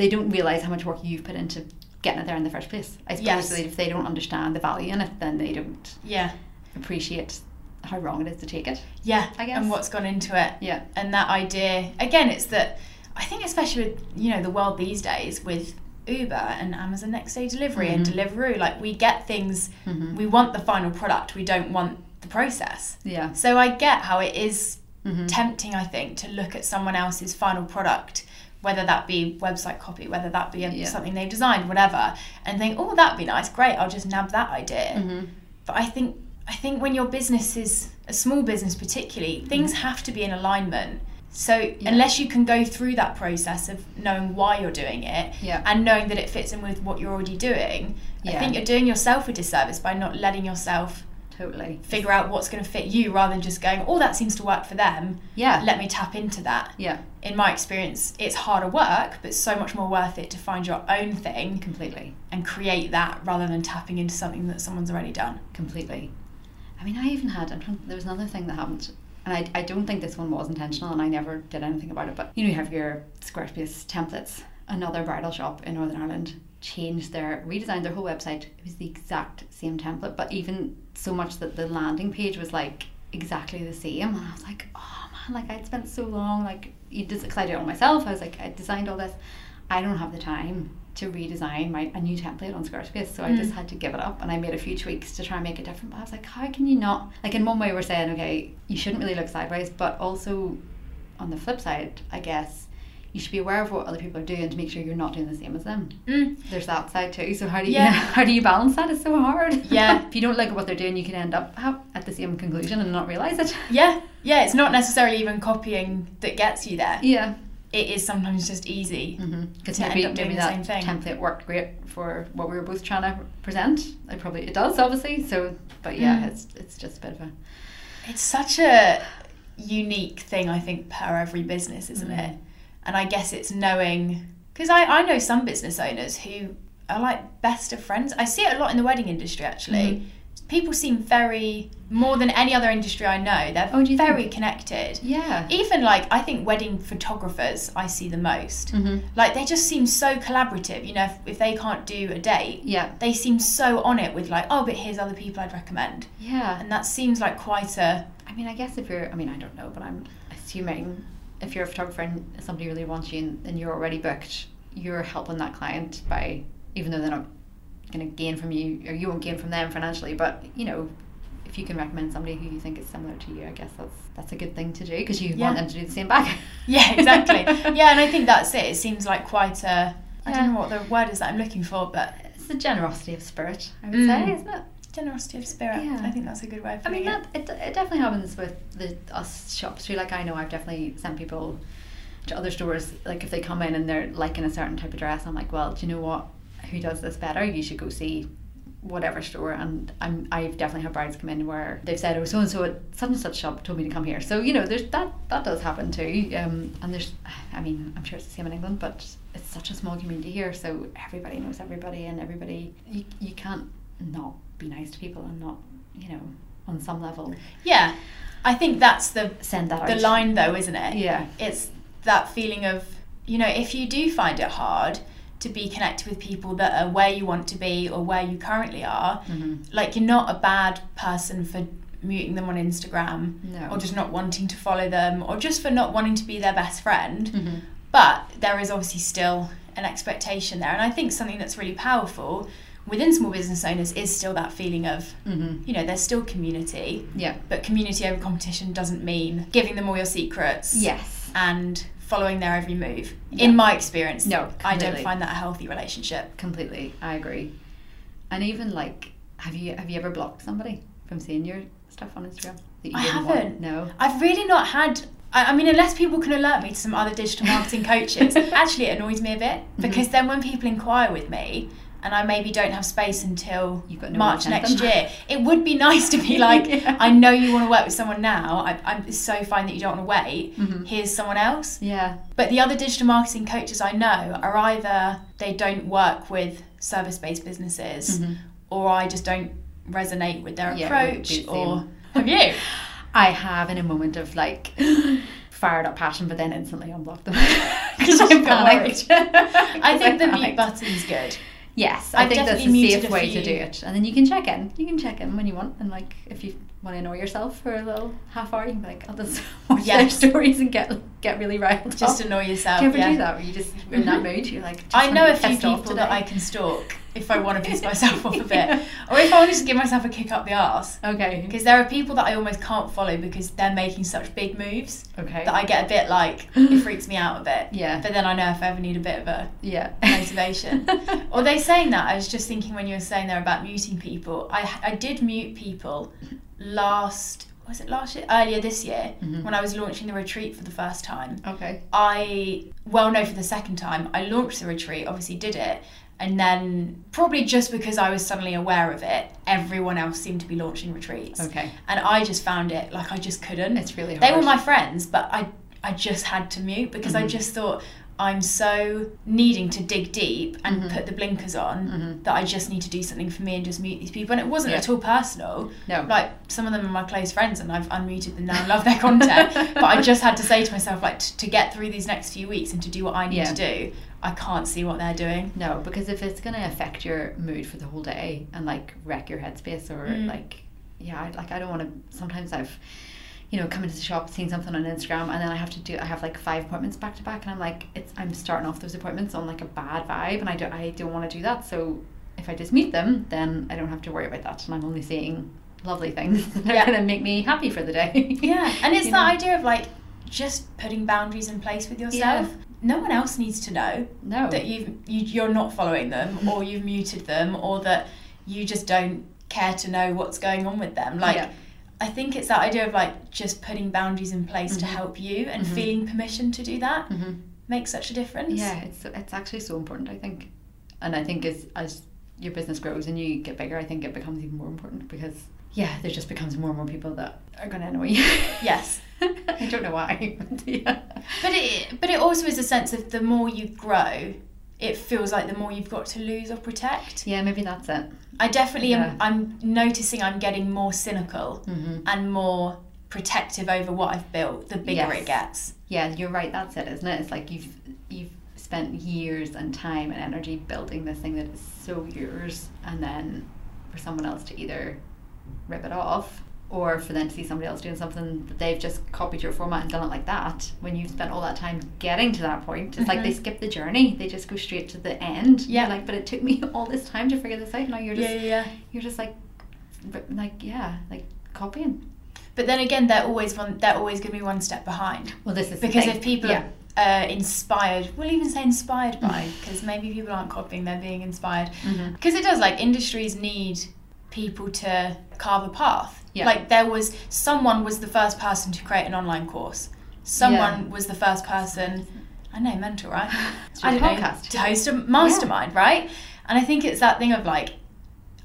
they don't realize how much work you've put into getting it there in the first place I suppose
Yes.
that if they don't understand the value in it then they don't
Yeah.
appreciate how wrong it is to take it
Yeah.
I guess
And what's gone into it.
yeah
and that idea again it's that i think especially with you know the world these days with uber and amazon next day delivery and
Mhm.
deliveroo like we get things
hmm
we want the final product we don't want the process
yeah
so i get how it is
hmm
tempting i think to look at someone else's final product whether that be website copy whether that be a,
Yeah.
something they've designed whatever and think oh that'd be nice great i'll just nab that idea
hmm
but i think i think when your business is a small business
Mm.
particularly things have to be in alignment so unless you can go through that process of knowing why you're doing it
yeah
and knowing that it fits in with what you're already doing i
Yeah.
think you're doing yourself a disservice by not letting yourself
totally
figure out what's going to fit you rather than just going oh that seems to work for them
yeah
let me tap into that
yeah
in my experience it's harder work but so much more worth it to find your own thing
completely
and create that rather than tapping into something that someone's already done
completely. I mean, I even had, I'm trying, there was another thing that happened, and I, I don't think this one was intentional, and I never did anything about it, but you know, you have your Squarespace templates. Another bridal shop in Northern Ireland changed their, redesigned their whole website. It was the exact same template, but even so much that the landing page was like exactly the same. And I was like, oh man, like I'd spent so long, like, you just, because I did it all myself, I was like, I designed all this. I don't have the time to redesign my a new template on Squarespace, so I
Mm.
just had to give it up. And I made a few tweaks to try and make it different. But I was like, how can you not? Like in one way, we're saying okay, you shouldn't really look sideways, but also on the flip side, I guess you should be aware of what other people are doing to make sure you're not doing the same as them.
Mm.
There's that side too. So how do you
Yeah.
how do you balance that? It's so hard.
Yeah.
if you don't like what they're doing, you can end up ha- at the same conclusion and not realize it.
Yeah, yeah, it's not necessarily even copying that gets you there.
Yeah.
It is sometimes just easy.
Because
To end
Mm-hmm. maybe,
up doing the
maybe that
same thing.
template worked great for what we were both trying to present. It probably it does obviously. So, but yeah,
Mm.
it's it's just a bit of a
It's such a unique thing, I think, per every business, isn't it? And I guess it's knowing, because I, I know some business owners who are like best of friends. I see it a lot in the wedding industry, actually.
Mm.
People seem very, more than any other industry I know, they're
Oh, do you
very connected.
yeah.
Even like, I think wedding photographers I see the most.
Mm-hmm.
Like, they just seem so collaborative. You know, if, if they can't do a date,
Yeah.
they seem so on it with like, oh, but here's other people I'd recommend,
Yeah.
and that seems like quite a
I mean, I guess if you're, I mean, I don't know, but I'm assuming if you're a photographer and somebody really wants you and, and you're already booked, you're helping that client by, even though they're not going to gain from you, or you won't gain from them financially, but you know, if you can recommend somebody who you think is similar to you, I guess that's that's a good thing to do because you
Yeah.
want them to do the same back.
yeah, exactly, yeah, and I think that's it. It seems like quite a I
Yeah.
don't know what the word is that I'm looking for, but
It's the generosity of spirit, I would
Mm.
say, isn't it?
generosity of spirit.
Yeah.
I think that's a good word. For
I
it.
mean, that it, it definitely happens with the us shops too. Like I know I've definitely sent people to other stores. Like if they come in and they're liking a certain type of dress, I'm like, well, do you know what? Who does this better? You should go see whatever store and I'm I've definitely had brides come in where they've said oh so and so at such and such shop told me to come here so you know there's that that does happen too um and there's I mean I'm sure it's the same in England but it's such a small community here so everybody knows everybody and everybody you, you can't not be nice to people and not you know on some level
Yeah. I think that's the
send that
the
out
line though, isn't it?
yeah
It's that feeling of, you know, if you do find it hard to be connected with people that are where you want to be or where you currently are,
Mhm.
like you're not a bad person for muting them on Instagram
no
or just not wanting to follow them or just for not wanting to be their best friend.
Mhm.
But there is obviously still an expectation there. And I think something that's really powerful within small business owners is still that feeling of,
Mhm.
you know, there's still community,
yeah
but community over competition doesn't mean giving them all your secrets
yes
and following their every move.
Yeah.
In my experience, I
No,
don't
completely.
find that a healthy relationship.
completely I agree and even like have you have you ever blocked somebody from seeing your stuff on Instagram that you
I
didn't want?
haven't.
no
I've really not had. I I mean, unless people can alert me to some other digital marketing coaches, actually it annoys me a bit
Mm-hmm.
because then when people inquire with me and I maybe don't have space until
You've got no one
March
to send
next
them.
year, it would be nice to be like,
Yeah.
I know you want to work with someone now. I, I'm so fine that you don't want to wait.
Mhm.
Here's someone else.
yeah
But the other digital marketing coaches I know are either they don't work with service based businesses
Mhm.
or I just don't resonate with their
Yeah, it would
approach
be the
or
same.
have you?
I have in a moment of like fired up passion, but then instantly unblocked them because I'm
Don't
panicked.
I think the mute
panicked.
button's good.
Yes, I
I've
think that's
definitely
the
muted
safe
a
way to do
few.
it, and then you can check in. You can check in when you want, and like if you want to annoy yourself for a little half hour, you can be like, "I'll just watch
Yes.
their stories and get get really riled
Just
up."
annoy yourself.
do you ever
yeah.
do that? Where you just in that
Mhm.
mood, you're like, "Just
I
wanna
know a
get
few
pissed off
people that I
today."
can stalk if I want to piss myself off a bit.
Yeah.
Or if I want to just give myself a kick up the arse.
Okay.
Because there are people that I almost can't follow because they're making such big moves
Okay.
that I get a bit like, it freaks me out a bit.
yeah.
But then I know if I ever need a bit of a
Yeah.
motivation. Although saying that, I was just thinking when you were saying there about muting people, I, I did mute people last, was it last year? Earlier this year,
Mhm.
when I was launching the retreat for the first time.
Okay.
I, well, no, for the second time, I launched the retreat, obviously did it. And then, probably just because I was suddenly aware of it, everyone else seemed to be launching retreats.
Okay.
And I just found it like I just couldn't.
Oh. It's really hard.
They were my friends, but I I just had to mute because
Mm-hmm.
I just thought I'm so needing to dig deep and
Mhm.
put the blinkers on
Mhm.
that I just need to do something for me and just mute these people. And it wasn't
Yeah.
at all personal.
no.
Like some of them are my close friends, and I've unmuted them now. and love their content, but I just had to say to myself, like, t- to get through these next few weeks and to do what I need
Yeah.
to do, I can't see what they're doing.
No, because if it's gonna affect your mood for the whole day and like wreck your headspace or
Mm.
like yeah, I, like I don't want to. Sometimes I've you know come into the shop, seen something on Instagram, and then I have to do. I have like five appointments back to back, and I'm like, it's I'm starting off those appointments on like a bad vibe, and I don't I don't want to do that. So if I just meet them, then I don't have to worry about that, and I'm only seeing lovely things that
Yeah.
are gonna make me happy for the day.
Yeah, and it's
You
that
know?
idea of like just putting boundaries in place with
Yeah. Oh.
yourself. No one else needs to know.
No.
that you've you, you're not following
Mm-hmm.
them or you've muted them or that you just don't care to know what's going on with them like
Yeah.
i think it's that idea of like just putting boundaries in place to
Mhm.
help you and
Mhm.
feeling permission to do that
Mhm.
makes such a difference
Yeah, it's it's actually so important, I think. And I think as as your business grows and you get bigger, I think it becomes even more important because yeah, there just becomes more and more people that are going to annoy you.
yes
I don't know why. But yeah.
but it but it also is a sense of the more you grow it feels like the more you've got to lose or protect
yeah, maybe that's it.
i definitely
Yeah.
am i'm noticing i'm getting more cynical
Mm-hmm.
and more protective over what i've built the bigger
Yes.
it gets
Yeah, you're right. That's it, isn't it? It's like you've you've spent years and time and energy building this thing that is so yours, and then for someone else to either rip it off or for them to see somebody else doing something that they've just copied your format and done it like that when you've spent all that time getting to that point it's like they
Mhm.
skip the journey they just go straight to the end You're
Yeah.
like but it took me all this time to figure this out now you're just
yeah yeah
you're just like r- like yeah like copying
But then again, they're always one. They're always going to be one step behind
well this is
because if people
yeah
are uh, inspired, we'll even say inspired by, because maybe people aren't copying; they're being inspired.
Mhm.
Because it does, like industries need people to carve a path.
Yeah.
Like there was someone was the first person to create an online course. Someone was the first person. I know, mental, right?
It's
I
your
don't know,
podcast.
to host a mastermind, right? And I think it's that thing of like,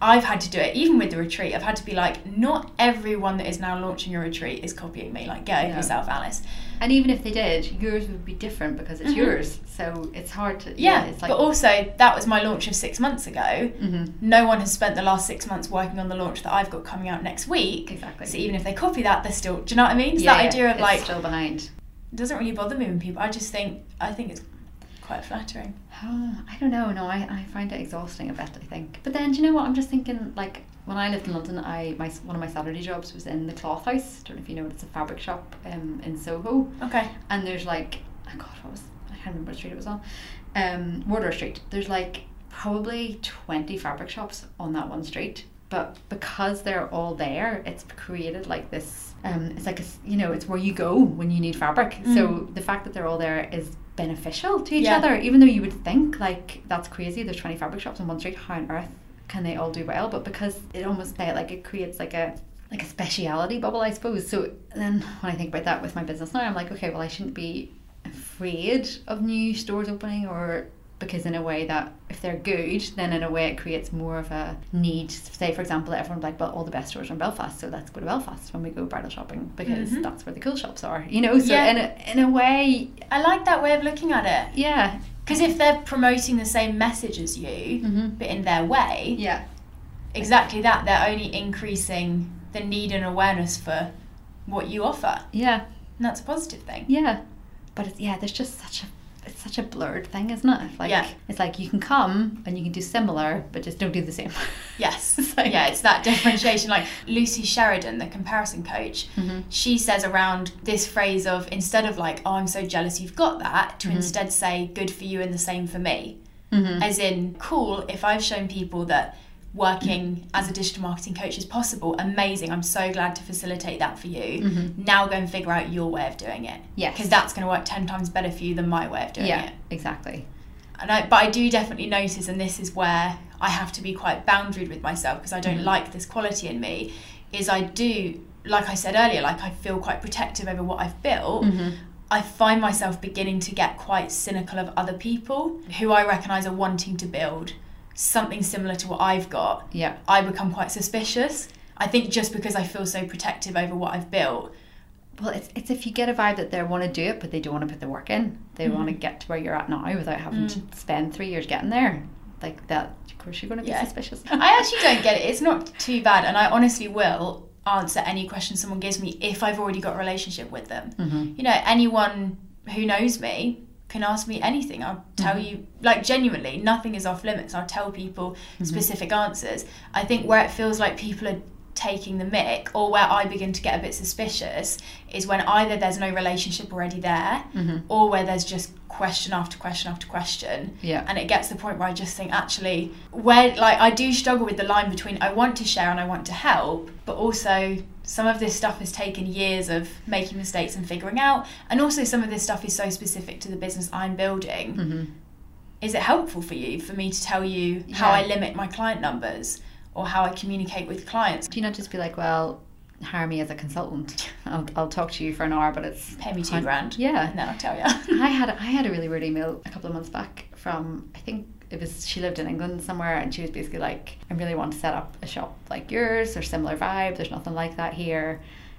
I've had to do it, even with the retreat. I've had to be like, not everyone that is now launching a retreat is copying me. Like, get over
No.
yourself, Alice.
And even if they did, yours would be different because it's
Mhm.
yours. So it's hard to.
Yeah,
it's like.
but also that was my launch of six months ago.
Mhm.
No one has spent the last six months working on the launch that I've got coming out next week.
Exactly.
So even if they copy that, they're still. Do you know what I mean? It's
Yeah,
that
yeah,
idea of
it's
like
still behind.
doesn't really bother me when people. I just think I think it's quite flattering.
Oh, I don't know. No, I, I find it exhausting a bit. I think. But then, do you know what? I'm just thinking. Like when I lived in London, I my one of my Saturday jobs was in the cloth house. don't know if you know it. It's a fabric shop um, in Soho.
Okay.
and there's like oh god what was I can't remember what street it was on um Wardour Street there's like probably 20 fabric shops on that one street but because they're all there it's created like this um it's like a s you know it's where you go when you need fabric so the fact that they're all there is beneficial to each
Yeah.
other even though you would think like that's crazy there's 20 fabric shops on one street how on earth can they all do well but because it almost they- like it creates like a like a speciality bubble i suppose so then when i think about that with my business now i'm like okay well i shouldn't be afraid of new stores opening or because in a way that if they're good then in a way it creates more of a need say for example everyone's like well all the best stores are in belfast so let's go to belfast when we go bridal shopping because
Mhm.
that's where the cool shops are you know so
Yeah.
in, a, in a way
I like that way of looking at it
yeah
because if they're promoting the same message as you,
mm-hmm.
but in their way,
yeah
exactly that they're only increasing the need and awareness for what you offer,
yeah
and that's a positive thing.
Yeah, but it's, yeah, there's just such a it's such a blurred thing, isn't it? It's Like
Yeah.
it's like you can come and you can do similar, but just don't do the same.
Yes.
It's like-
yeah, it's that differentiation. Like Lucy Sheridan, the comparison coach,
Mhm.
she says around this phrase of instead of like, oh, I'm so jealous you've got that, to instead say, good for you and the same for me.
Mhm.
As in, cool, if I've shown people that working as a digital marketing coach is possible, amazing. I'm so glad to facilitate that for you. Now go and figure out your way of doing it.
Yes.
Because that's going to work 10 times better for you than my way of doing
yeah,
it.
exactly.
And I, but I do definitely notice, and this is where I have to be quite boundaried with myself because I don't like this quality in me. Is I do, like I said earlier, like I feel quite protective over what I've built.
Mm.
I find myself beginning to get quite cynical of other people who I recognise are wanting to build something similar to what I've got.
Yeah,
I become quite suspicious. I think just because I feel so protective over what I've built.
well, it's it's if you get a vibe that they want to do it, but they don't want to put the work in.
Mm-hmm.
They want to get to where you're at now without having
Mm.
to spend three years getting there. Like that, of course, you're going to be
Yeah.
suspicious.
I actually don't get it. It's not too bad, and I honestly will answer any question someone gives me if I've already got a relationship with them.
Mm-hmm.
You know, anyone who knows me can ask me anything. I'll tell you, like, genuinely, nothing is off limits. I'll tell people specific answers. I think where it feels like people are taking the mick or where I begin to get a bit suspicious is when either there's no relationship already there or where there's just question after question after question
yeah,
and it gets to the point where I just think actually where like I do struggle with the line between I want to share and I want to help but also some of this stuff has taken years of making mistakes and figuring out and also some of this stuff is so specific to the business I'm building
Hmm.
is it helpful for you for me to tell you how
Yeah.
I limit my client numbers or how I communicate with clients
do you not just be like, well, hire me as a consultant. I'll I'll talk to you for an hour, but it's
pay me two grand
yeah,
and then I'll tell you
I had I had a really weird email a couple of months back from I think it was she lived in England somewhere and she was basically like I really want to set up a shop like yours or similar vibe there's nothing like that here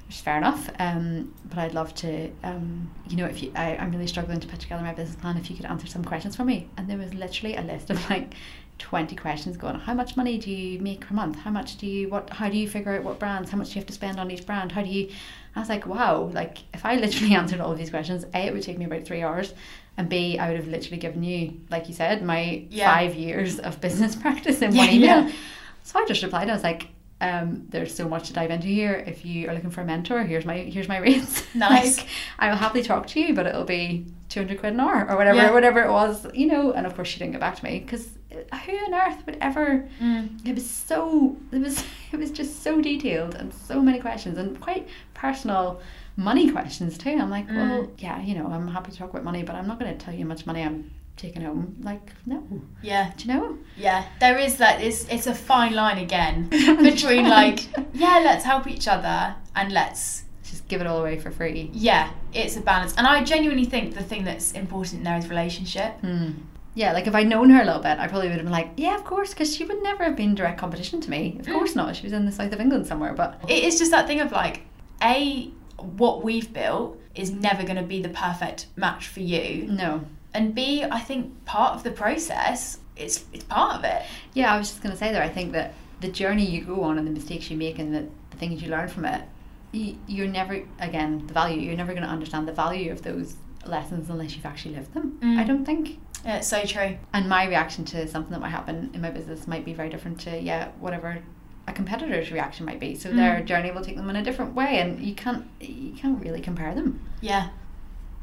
which is fair enough um but I'd love to um you know if you I, I'm really struggling to put together my business plan if you could answer some questions for me and there was literally a list of like 20 questions going how much money do you make per month how much do you what how do you figure out what brands how much do you have to spend on each brand how do you I was like wow like if I literally answered all of these questions a it would take me about three hours and b I would have literally given you like you said my
Yeah.
five years of business practice in
Yeah,
one email
yeah.
so I just replied I was like um, there's so much to dive into here if you are looking for a mentor here's my here's my rates
Nice.
like I will happily talk to you but it'll be 200 quid an hour or whatever
Yeah.
whatever it was you know and of course she didn't get back to me because who on earth would ever
Mm.
it was so it was it was just so detailed and so many questions and quite personal money questions too i'm
Mm.
like well yeah you know i'm happy to talk about money but i'm not going to tell you how much money i'm taking home like no
yeah
do you know
yeah there is that it's it's a fine line again between like yeah let's help each other and let's
just give it all away for free
yeah, it's a balance. And I genuinely think the thing that's important there is relationship.
Hmm. Yeah, like if I'd known her a little bit, I probably would have been like, yeah, of course, because she would never have been direct competition to me.
Mm.
Of course not. She was in the south of England somewhere, but
It is just that thing of like, A, what we've built is never going to be the perfect match for you.
no.
And B, I think part of the process, it's, it's part of it.
Yeah, I was just going to say there, I think that the journey you go on and the mistakes you make and the, the things you learn from it, y- you're never, again, the value, you're never going to understand the value of those lessons unless you've actually lived them,
Mm.
I don't think.
Yeah, it's so true.
And my reaction to something that might happen in my business might be very different to, yeah, whatever a competitor's reaction might be. So their
Mm.
journey will take them in a different way and you can't, you can't really compare them.
Yeah.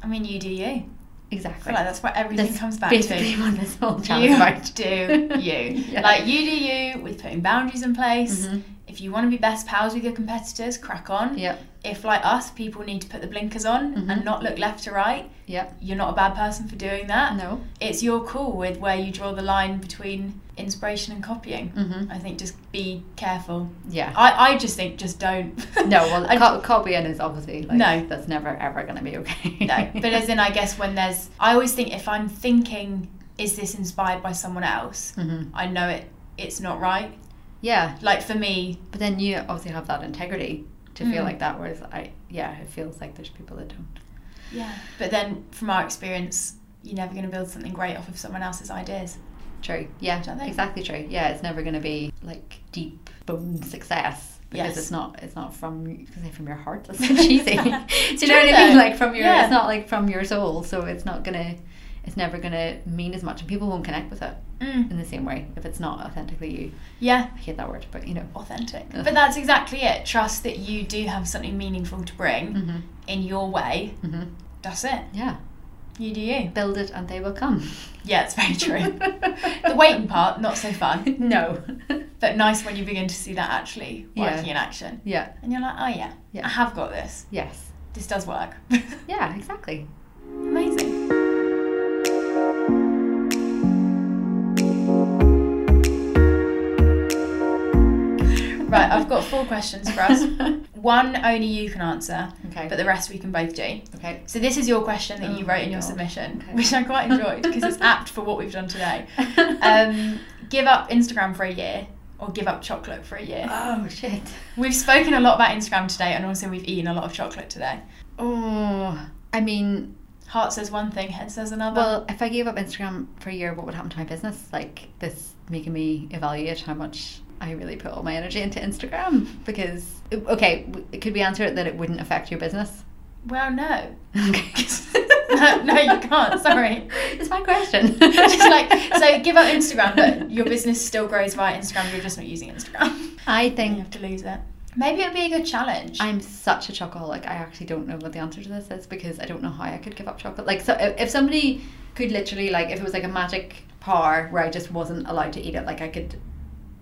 I mean, you do you. I
Exactly.
feel like that's what everything
That's
comes back
basically
to.
what this whole chat is
You
about.
do you.
Yeah.
Like, you do you with putting boundaries in place.
Mhm.
If you want to be best pals with your competitors, crack on.
Yep,
If, like us, people need to put the blinkers on
Mhm.
and not look left to right,
yep.
you're not a bad person for doing that.
No.
It's your call with where you draw the line between inspiration and copying.
Mm-hmm.
I think just be careful.
Yeah.
I, I just think just don't.
No, well,
Oh. I-
co- copying is obviously like,
No.
that's never ever going to be okay.
no. But as in, I guess when there's, I always think if I'm thinking, is this inspired by someone else?
Mhm.
I know it. It's not right.
yeah,
Like for me,
but then you obviously have that integrity to feel
Mm.
like that. Whereas I, yeah, it feels like there's people that don't.
yeah. But then from our experience, you're never going to build something great off of someone else's ideas.
True. Yeah,
Don't they?
exactly true. Yeah, it's never going to be like deep bone success because
Yes.
it's not. It's not from you can say from your heart. That's so cheesy. Do you know
true
what I mean?
though.
Like from your,
Yeah.
it's not like from your soul. So it's not gonna. It's never gonna mean as much, and people won't connect with it
Mm.
in the same way if it's not authentically you.
Yeah.
I hate that word, but you know.
Authentic.
Ugh.
But that's exactly it. Trust that you do have something meaningful to bring
Mhm.
in your way.
Mhm.
That's it.
Yeah.
You do you.
build it and they will come.
Yeah, it's very true. the waiting part, not so fun,
No.
but nice when you begin to see that actually
Yeah.
working in action.
yeah.
And you're like, oh yeah,
Yeah.
I have got this.
Yes.
This does work.
Yeah. Exactly.
Amazing. Right, I've got four questions for us. One only you can answer,
okay.
but the rest we can both do.
okay.
So this is your question that you wrote
Oh my
in your
God.
submission,
Okay.
which I quite enjoyed because it's apt for what we've done today. Um, give up Instagram for a year or give up chocolate for a year.
oh shit.
We've spoken a lot about Instagram today, and also we've eaten a lot of chocolate today.
Oh. I mean,
Heart says one thing, head says another.
well, if I gave up Instagram for a year, what would happen to my business? Like this, making me evaluate how much I really put all my energy into Instagram. Because okay, w- could we answer it that it wouldn't affect your business?
well, no.
Okay.
No, no, you can't, sorry.
It's my question.
Just like so, give up Instagram, but your business still grows via Instagram. You're just not using Instagram.
I
then
think
you have to lose it. Maybe it'd be a good challenge.
I'm such a chocoholic. I actually don't know what the answer to this is because I don't know how I could give up chocolate. Like, so if, if somebody could literally, like, if it was like a magic power where I just wasn't allowed to eat it, like, I could,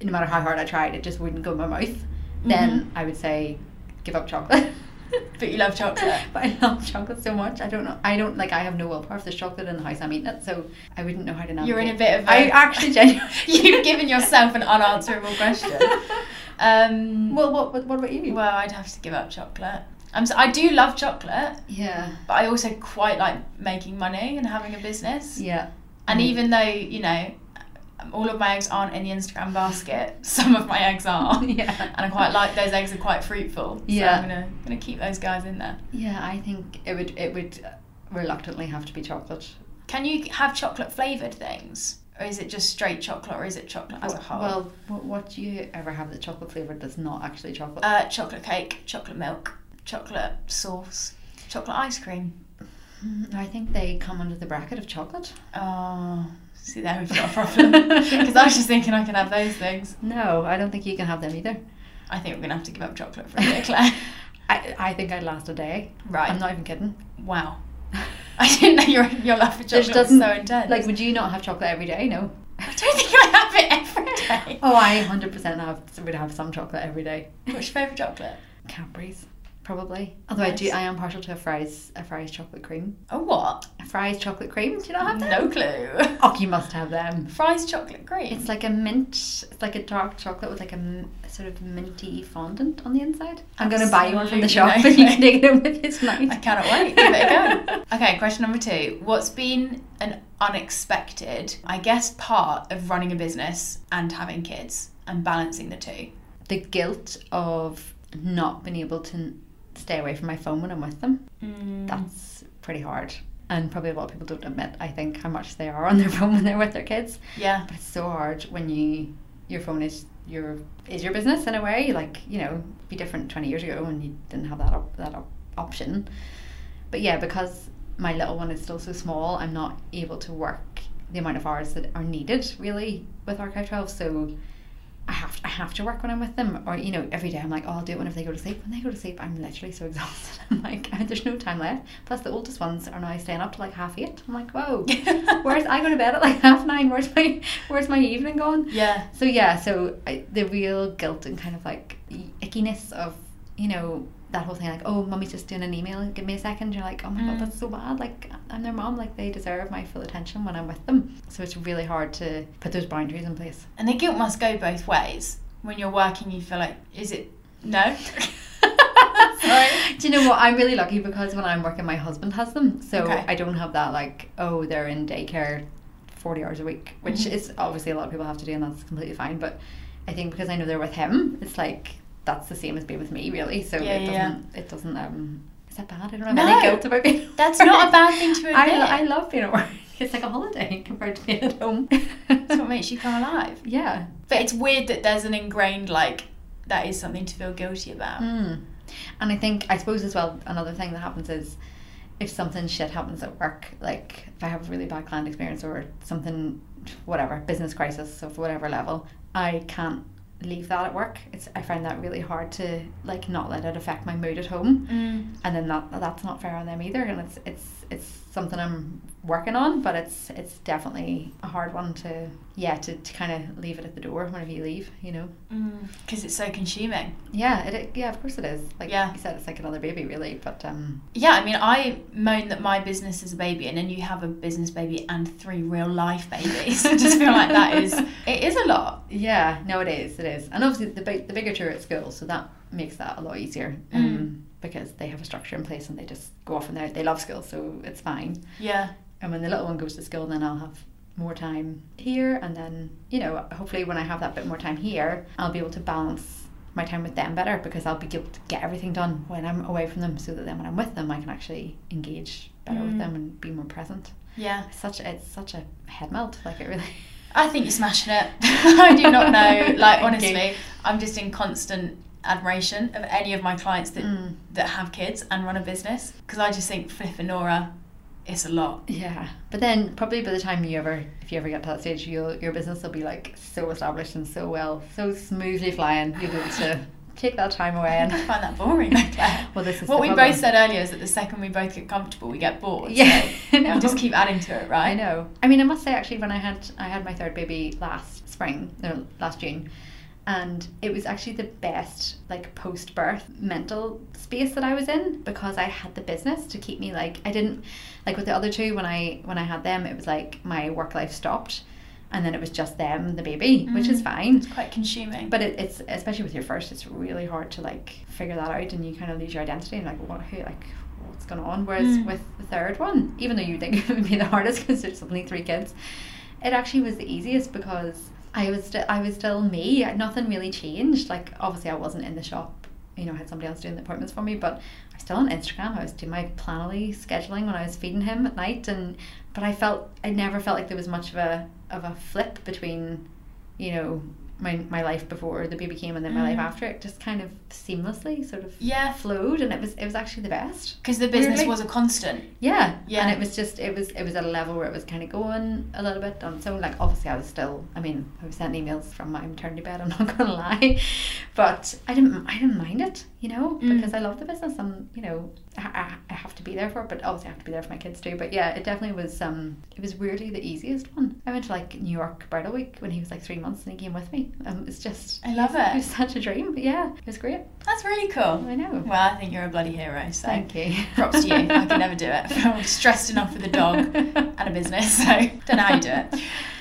no matter how hard I tried, it just wouldn't go in my mouth, then I would say give up chocolate.
Mm-hmm. but you love chocolate.
but I love chocolate so much. I don't know. I don't, like, I have no willpower. If there's chocolate in the house, I'm eating it. So I wouldn't know how to navigate.
You're in a bit of. a-
I actually genuinely.
You've given yourself an unanswerable question. Um,
well, what, what, what about you?
well, I'd have to give up chocolate. I'm. So, I do love chocolate,
yeah.
but I also quite like making money and having a business.
Yeah.
And
Mm.
even though you know, all of my eggs aren't in the Instagram basket, some of my eggs are.
yeah.
And I quite like those eggs are quite fruitful.
Yeah.
So I'm gonna gonna keep those guys in there.
Yeah, I think it would it would reluctantly have to be chocolate.
Can you have chocolate flavoured things? Or is it just straight chocolate or is it chocolate as a whole?
Well, what, what do you ever have that's chocolate flavored that's not actually chocolate?
Uh, chocolate cake, chocolate milk, chocolate sauce, chocolate ice cream.
Mm, I think they come under the bracket of chocolate.
Oh, see, there we've got a problem. Because I was just thinking I can have those things.
No, I don't think you can have them either.
I think we're going to have to give up chocolate for a bit, Claire.
I, I think I'd last a day. I'm
right.
not even kidding.
Wow. I didn't know your, your love for
There's
chocolate was
doesn't-
so intense.
Like, would you not have chocolate every day? No.
I don't think I have it every day.
Oh, I 100% have would have some chocolate every day.
What's your favourite chocolate?
Cadbury's. probably. Although I do,
Nice.
I am partial to a Fry's a Fry's chocolate cream.
Oh, what?
A Fry's chocolate cream? Do you not have them?
No clue.
Oh, you must have them.
Fries chocolate cream.
It's like a mint. It's like a dark chocolate with like a m- sort of minty fondant on the inside. I'm going to buy you one from the shop,
Absolutely.
and you can take it home with It's nice.
I cannot wait. Give it a go. Okay, question number two. What's been an unexpected, I guess, part of running a business and having kids and balancing the two?
the guilt of not being able to n- stay away from my phone when I'm with them. Mm.
Mm.
That's pretty hard. And probably a lot of people don't admit, I think, how much they are on their phone when they're with their kids.
Yeah.
But it's so hard when you your phone is your is your business in a way. Like you know, it'd be different twenty years ago when you didn't have that op- that op- option. But yeah, because my little one is still so small, I'm not able to work the amount of hours that are needed really with Archive Twelve. So I have I have to work when I'm with them, or you know, every day I'm like, oh, I'll do it whenever they go to sleep. When they go to sleep, I'm literally so exhausted. I'm like, there's no time left. Plus, the oldest ones are now staying up to like half eight. I'm like, whoa. Where's I go to bed at like half nine? Where's my where's my evening gone?
Yeah.
So yeah, so I, the real guilt and kind of like ickiness of you know that whole thing like oh mummy's just doing an email give me a second you're like oh my
Mm.
god that's so bad like I'm their mom like they deserve my full attention when I'm with them so it's really hard to put those boundaries in place.
And the guilt must go both ways. When you're working, you feel like, is it? No. Sorry.
Do you know what? I'm really lucky because when I'm working, my husband has them, so
Okay.
I don't have that like oh they're in daycare, forty hours a week, which
Mhm.
is obviously a lot of people have to do, and that's completely fine. But I think because I know they're with him, it's like that's the same as being with me, really. So
Yeah,
it
yeah.
doesn't it doesn't um is that bad? I don't have
No.
any guilt about being. at
That's not a
work.
bad thing to admit.
I, lo- I love being at work. It's like a holiday compared to being at home.
That's what makes you come alive.
yeah.
But it's weird that there's an ingrained like that is something to feel guilty about.
Mm. And I think, I suppose as well, another thing that happens is if something shit happens at work, like if I have a really bad client experience or something, whatever, business crisis of whatever level, I can't leave that at work. It's I find that really hard to like not let it affect my mood at home,
Mm.
and then that that's not fair on them either. And it's it's it's something I'm working on, but it's it's definitely a hard one to yeah to, to kind of leave it at the door whenever you leave, you know.
Because Mm, it's so consuming.
Yeah, it, it- yeah, of course it is. Like
Yeah.
you said, it's like another baby, really. But um,
Yeah, I mean, I moan that my business is a baby, and then you have a business baby and three real life babies. I just feel like that is it is a lot.
yeah, no, it is, it is, and obviously the big, the bigger two are at school, so that makes that a lot easier
Mm.
um, because they have a structure in place and they just go off and they they love school, so it's fine.
Yeah,
And when the little one goes to school, then I'll have more time here, and then you know, hopefully, when I have that bit more time here, I'll be able to balance my time with them better because I'll be able to get everything done when I'm away from them, so that then when I'm with them, I can actually engage better
Mm.
with them and be more present.
yeah.
such it's such a head melt like it really
I think you're smashing it. I do not know. Like
Thank
honestly, I'm just in constant admiration of any of my clients that
Mm.
that have kids and run a business because I just think Flip and Nora, it's a lot.
yeah but then probably by the time you ever if you ever get to that stage you'll, your business will be like so established and so well so smoothly flying you'll be able to take that time away
I
and
think I find that boring. though, Claire.
well this is
what
the
we
problem.
both said earlier is that the second we both get comfortable, we get bored.
yeah I
So
know.
we just keep adding to it, right?
I know. I mean, I must say actually, when I had I had my third baby last spring, no, last June, and it was actually the best like post birth mental space that I was in because I had the business to keep me like I didn't like with the other two when I when I had them it was like my work life stopped, and then it was just them the baby, which is
Mm.
fine.
It's quite consuming.
But it, it's especially with your first, it's really hard to like figure that out, and you kind of lose your identity and like what, who, like what's going on. Whereas
Mm.
with the third one, even though you think it would be the hardest because there's only three kids, it actually was the easiest because I was sti- I was still me. Nothing really changed. Like obviously I wasn't in the shop. You know, I had somebody else doing the appointments for me, but I was still on Instagram. I was doing my planally scheduling when I was feeding him at night, and but I felt I never felt like there was much of a of a flip between, you know, my my life before the baby came and then my life
Mm.
after. It just kind of seamlessly sort of
yeah,
flowed, and it was it was actually the best.
because the business
Weirdly.
was a constant.
Yeah.
Yeah.
And it was just it was it was at a level where it was kind of going a little bit on its own. Like obviously I was still I mean I was sending emails from my maternity bed. I'm not gonna lie, but I didn't I didn't mind it. You know
Mm.
because I love the business and you know I, I, I have to be there for it. But obviously I have to be there for my kids too. But yeah, it definitely was um it was weirdly the easiest one. I went to like New York bridal week when he was like three months and he came with me. me. Um, it's just
I love
it
it.
was such a dream. But yeah, it was great.
That's really cool.
I know.
Well, I think you're a bloody hero. So
Thank you.
props to you. I could never do it. I'm stressed enough with a dog and a business. So don't know how you do it.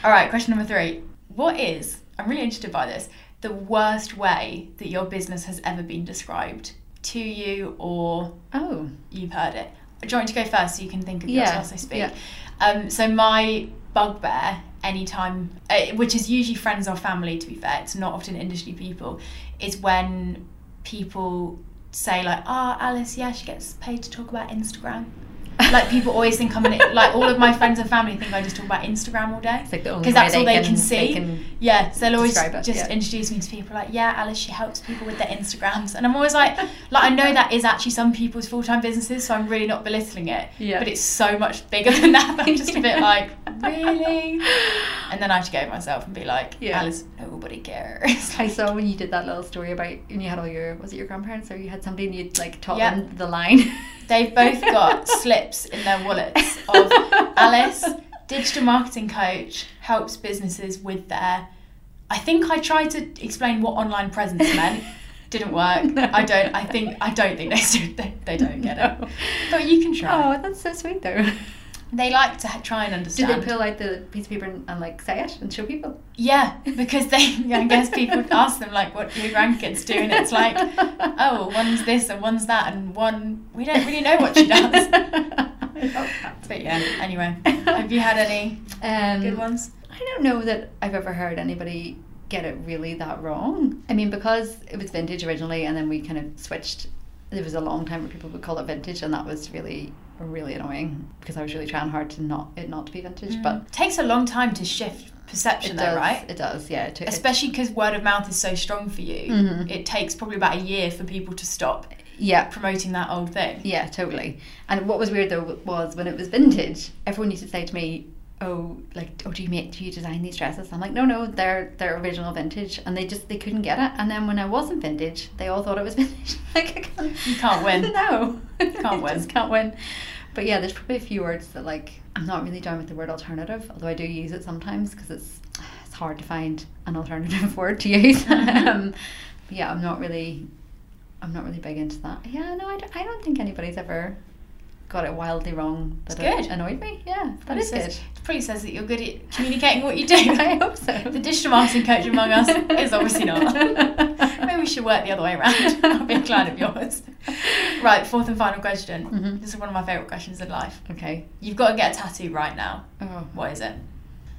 All right, question number three. What is, I'm really interested by this, the worst way that your business has ever been described to you or
Oh,
you've heard it? Do you want me to go first so you can think of yours
Yeah,
whilst I speak?
yeah.
Um, so my bugbear anytime, uh, which is usually friends or family to be fair, it's not often industry people, is when people say like, oh, Alice, yeah, she gets paid to talk about Instagram. Like people always think I'm an, like all of my friends and family think I just talk about Instagram all day.
It's like the only
'Cause that's
way
all they can see.
They can,
Yeah, so they'll always
Describe it,
just
yeah.
introduce me to people like, yeah, Alice, she helps people with their Instagrams. And I'm always like, like I know that is actually some people's full time businesses, so I'm really not belittling it.
Yeah.
But it's so much bigger than that. that I'm just a bit like, really? And then I have to go myself and be like,
Yeah.
Alice, nobody cares.
I saw when you did that little story about when you had all your was it your grandparents or you had somebody and you'd like taught
Yeah.
them the line.
They've both got slips in their wallets of Alice, digital marketing coach, helps businesses with their. I think I tried to explain what online presence meant. Didn't work.
No.
I don't. I think. I don't think they still, they, they don't get it.
No.
But you can try.
Oh, that's so sweet though.
They like to ha- try and
Did
understand.
they pull out the piece of paper and, and like say it and show people?
yeah, because they. I guess people ask them like, "What do your grandkids do?" And it's like, "Oh, one's this and one's that, and one we don't really know what she does." But yeah. Anyway, have you had any
um,
good ones?
I don't know that I've ever heard anybody get it really that wrong. I mean, because it was vintage originally, and then we kind of switched. There was a long time where people would call it vintage, and that was really, really annoying because I was really trying hard to not it not to be vintage. But
Mm. takes a long time to shift
it
perception, though,
does,
right?
it does, yeah. It, it,
Especially because word of mouth is so strong for you.
Mhm.
It takes probably about a year for people to stop
yeah,
promoting that old thing.
Yeah, totally. And what was weird though was when it was vintage, everyone used to say to me, "Oh, like, oh, do you make, do you design these dresses?" I'm like, "No, no, they're they're original vintage," and they just they couldn't get it. And then when I wasn't vintage, they all thought it was vintage. like, I can't,
You can't win.
no,
Can't
You
win.
Just can't win. But yeah, there's probably a few words that like I'm not really down with the word alternative, although I do use it sometimes because it's it's hard to find an alternative word to use.
Mhm.
um, but yeah, I'm not really I'm not really big into that. Yeah, no, I don't, I don't think anybody's ever got it wildly wrong that
It's
it
good.
annoyed me. Yeah, that
Probably
is
says,
good.
It probably says that you're good at communicating what you do.
I hope so.
The digital marketing coach among us is obviously not. Maybe we should work the other way around. I'll be a client of yours. Right, fourth and final question.
Mhm.
This is one of my favourite questions in life.
Okay.
You've got to get a tattoo right now.
Oh,
What is it?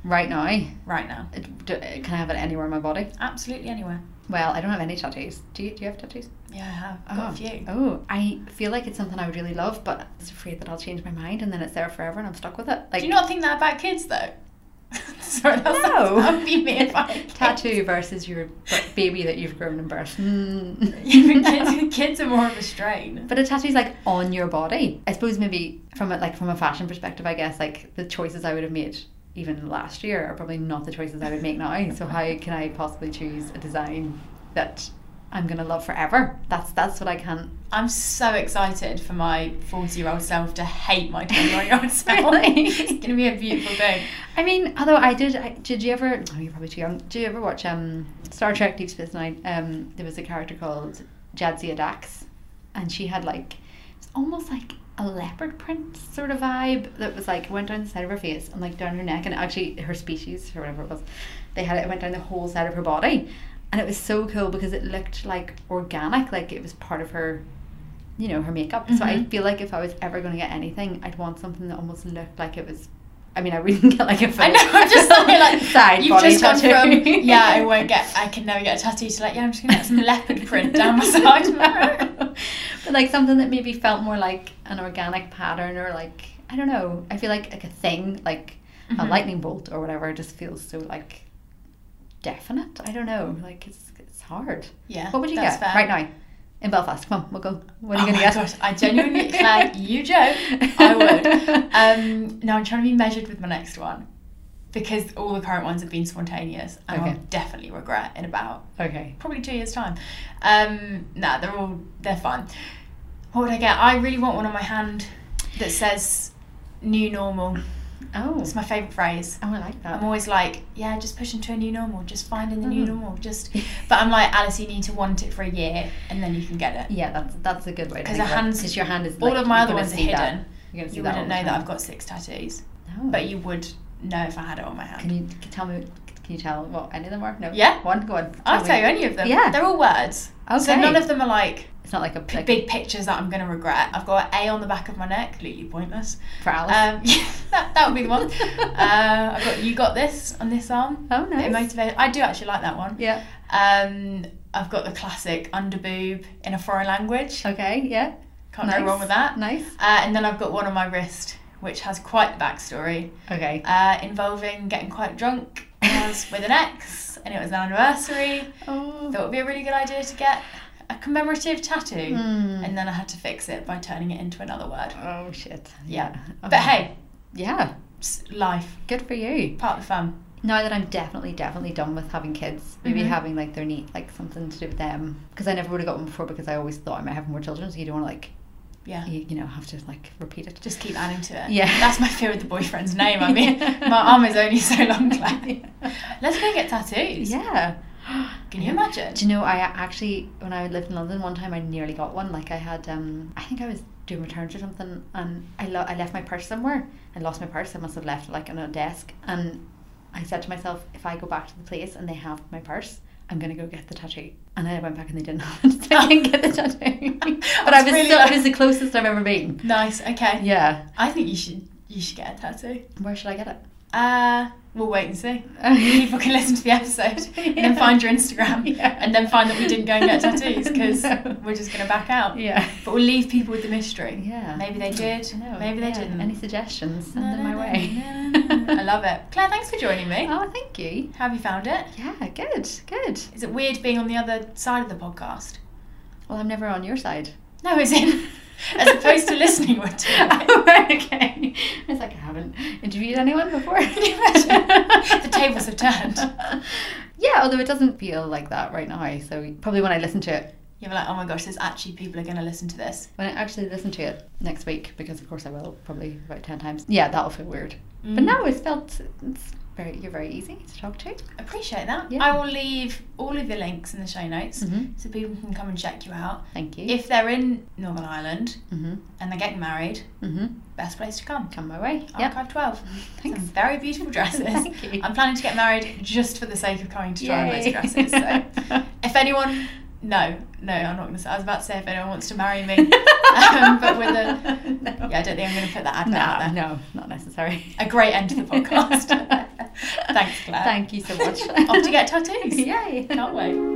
right now,
Right now.
it- do- can I have it anywhere on my body?
Absolutely anywhere.
Well, I don't have any tattoos. Do you, do you have tattoos?
Yeah, I have. Got a few.
Oh, I feel like it's something I would really love, but I'm just afraid that I'll change my mind and then it's there forever and I'm stuck with it. Like,
Do you not think that about kids though? Sorry, that
No.
sounds- that would be me if I had
tattoo versus your b- baby that you've grown and birthed. Mm.
kids. kids, kids are more of a strain.
But a tattoo's like on your body. I suppose maybe from a, like from a fashion perspective, I guess like the choices I would have made even last year are probably not the choices I would make now. So how can I possibly choose a design that I'm gonna love forever? That's that's what I can.
I'm so excited for my 40 year old self to hate my 21 year old self.
Really?
It's going to be a beautiful thing.
I mean, although I did, I, did you ever? Oh, you're probably too young. Did you ever watch um, Star Trek: Deep Space Nine? Um, there was a character called Jadzia Dax, and she had like it's almost like a leopard print sort of vibe that was like went down the side of her face and like down her neck, and actually her species or whatever it was, they had it, it went down the whole side of her body, and it was so cool because it looked like organic, like it was part of her. You know her makeup, so I
Mhm.
feel like if I was ever going to get anything, I'd want something that almost looked like it was I mean, I wouldn't get like a full
I know, I'm just saying, like,
side
You've
body
just gone
tattoo.
from, yeah, I won't get, I can never get a tattoo to like, yeah, I'm just going to get some leopard print down my side.
No. but like something that maybe felt more like an organic pattern or like I don't know. I feel like like a thing, like a
Mhm.
lightning bolt or whatever, just feels so like definite. I don't know. Like it's it's hard.
Yeah.
What would you
that's
get
fair.
right now in Belfast? Come on, we'll go. What are
oh
you gonna
my
get?
gosh, I genuinely, like, you joke. I would. Um, no, I'm trying to be measured with my next one because all the current ones have been spontaneous and
Okay.
I'll definitely regret in about
okay.
probably two years' time. Um, nah, they're all, they're fun. What would I get? I really want one on my hand that says new normal
Oh.
It's my favourite phrase.
Oh, I like that.
I'm always like, yeah, just pushing to a new normal, just finding the new
Mhm.
normal, just. But I'm like, Alice, you need to want it for a year and then you can get it.
uh, yeah, that's that's a good way.
Because your hands-
because your hand is
all
like,
of my
you're
other
gonna
ones are
see
hidden.
that. You're gonna see
You
that
wouldn't know
all the
that
time.
I've got six tattoos,
No.
but you would know if I had it on my hand.
can you can tell me? Can you tell what any of them are? No.
Yeah.
One. Go on.
I'll tell you
me.
any of them.
Yeah.
They're all words.
Okay.
So none of them are like
It's not like a
p-
like
big pictures that I'm going to regret. I've got an A on the back of my neck, completely pointless.
for Alice.
Um, that, that would be the one. uh, I've got you got this on this arm.
oh
It
nice.
motivated. I do actually like that one.
Yeah.
Um, I've got the classic under boob in a foreign language.
Okay. Yeah.
Can't
Oh, nice.
go wrong with that.
Nice.
Uh, and then I've got one on my wrist, which has quite the backstory,
Okay.
uh, involving getting quite drunk. I was with an ex, and it was an anniversary.
Oh.
Thought it would be a really good idea to get a commemorative tattoo.
Hmm.
And then I had to fix it by turning it into another word.
Oh shit.
Yeah. But
Okay.
hey,
Yeah.
it's life,
Good for you.
part of the fun.
Now that I'm definitely, definitely done with having kids, maybe
Mhm.
having like their neat, like something to do with them, because I never would have got one before because I always thought I might have more children, so you don't want to like,
Yeah.
you, you know, have to like repeat it.
Just keep adding to it.
Yeah.
That's my fear with the boyfriend's name. I mean, my arm is only so long, Claire. Let's go get tattoos.
Yeah.
Can you imagine?
Do you know, I actually, when I lived in London one time, I nearly got one. Like, I had, um, I think I was doing returns or something, and I, lo- I left my purse somewhere. I lost my purse. I must have left it, like, on a desk. And I said to myself, if I go back to the place and they have my purse, I'm going to go get the tattoo. And I went back and they didn't have it. So I didn't get the tattoo. but I
That's
was,
really
so,
nice.
it was the closest I've ever been.
Nice. Okay.
Yeah.
I think you should you should get a tattoo.
Where should I get it?
Uh, we'll wait and see. People can listen to the episode and then find your Instagram
Yeah.
and then find that we didn't go and get tattoos because
No.
we're just going to back out.
Yeah.
But we'll leave people with the mystery.
Yeah.
Maybe they did.
I know,
Maybe they
yeah.
didn't.
Any suggestions? Send them my way.
I love it. Claire, thanks for joining me.
Oh, thank you.
How have you found it?
Yeah, good, good.
Is it weird being on the other side of the podcast?
Well, I'm never on your side.
No, as in, as opposed to listening, we're two.
Oh, right, okay. I was like, I haven't interviewed anyone before.
Can you imagine? The tables have turned.
Yeah, although it doesn't feel like that right now. So probably when I listen to it,
You're like, oh my gosh, there's actually people are going to listen to this.
when I actually listen to it next week, because of course I will probably about ten times. Yeah, that'll feel weird.
Mm.
But now it's felt it's very you're very easy to talk to.
Mm, Appreciate that.
Yeah.
I will leave all of the links in the show notes
Mhm.
so people can come and check you out.
Thank you.
If they're in Northern Ireland
Mhm.
and they're getting married,
Mhm.
best place to come.
Come my way. Yeah.
Archive 12.
Thanks.
Some very beautiful dresses.
Thank you.
I'm planning to get married just for the sake of coming to try on those
Yay.
dresses. So if anyone, no, no, I'm not going to say, I was about to say if anyone wants to marry me. Um, but with a-
No.
Yeah, I don't think I'm going to put that ad
no,
out there.
no, not necessary.
A great end to the podcast. Thanks, Claire.
Thank you so much.
Off to get tattoos.
Yay.
Can't wait.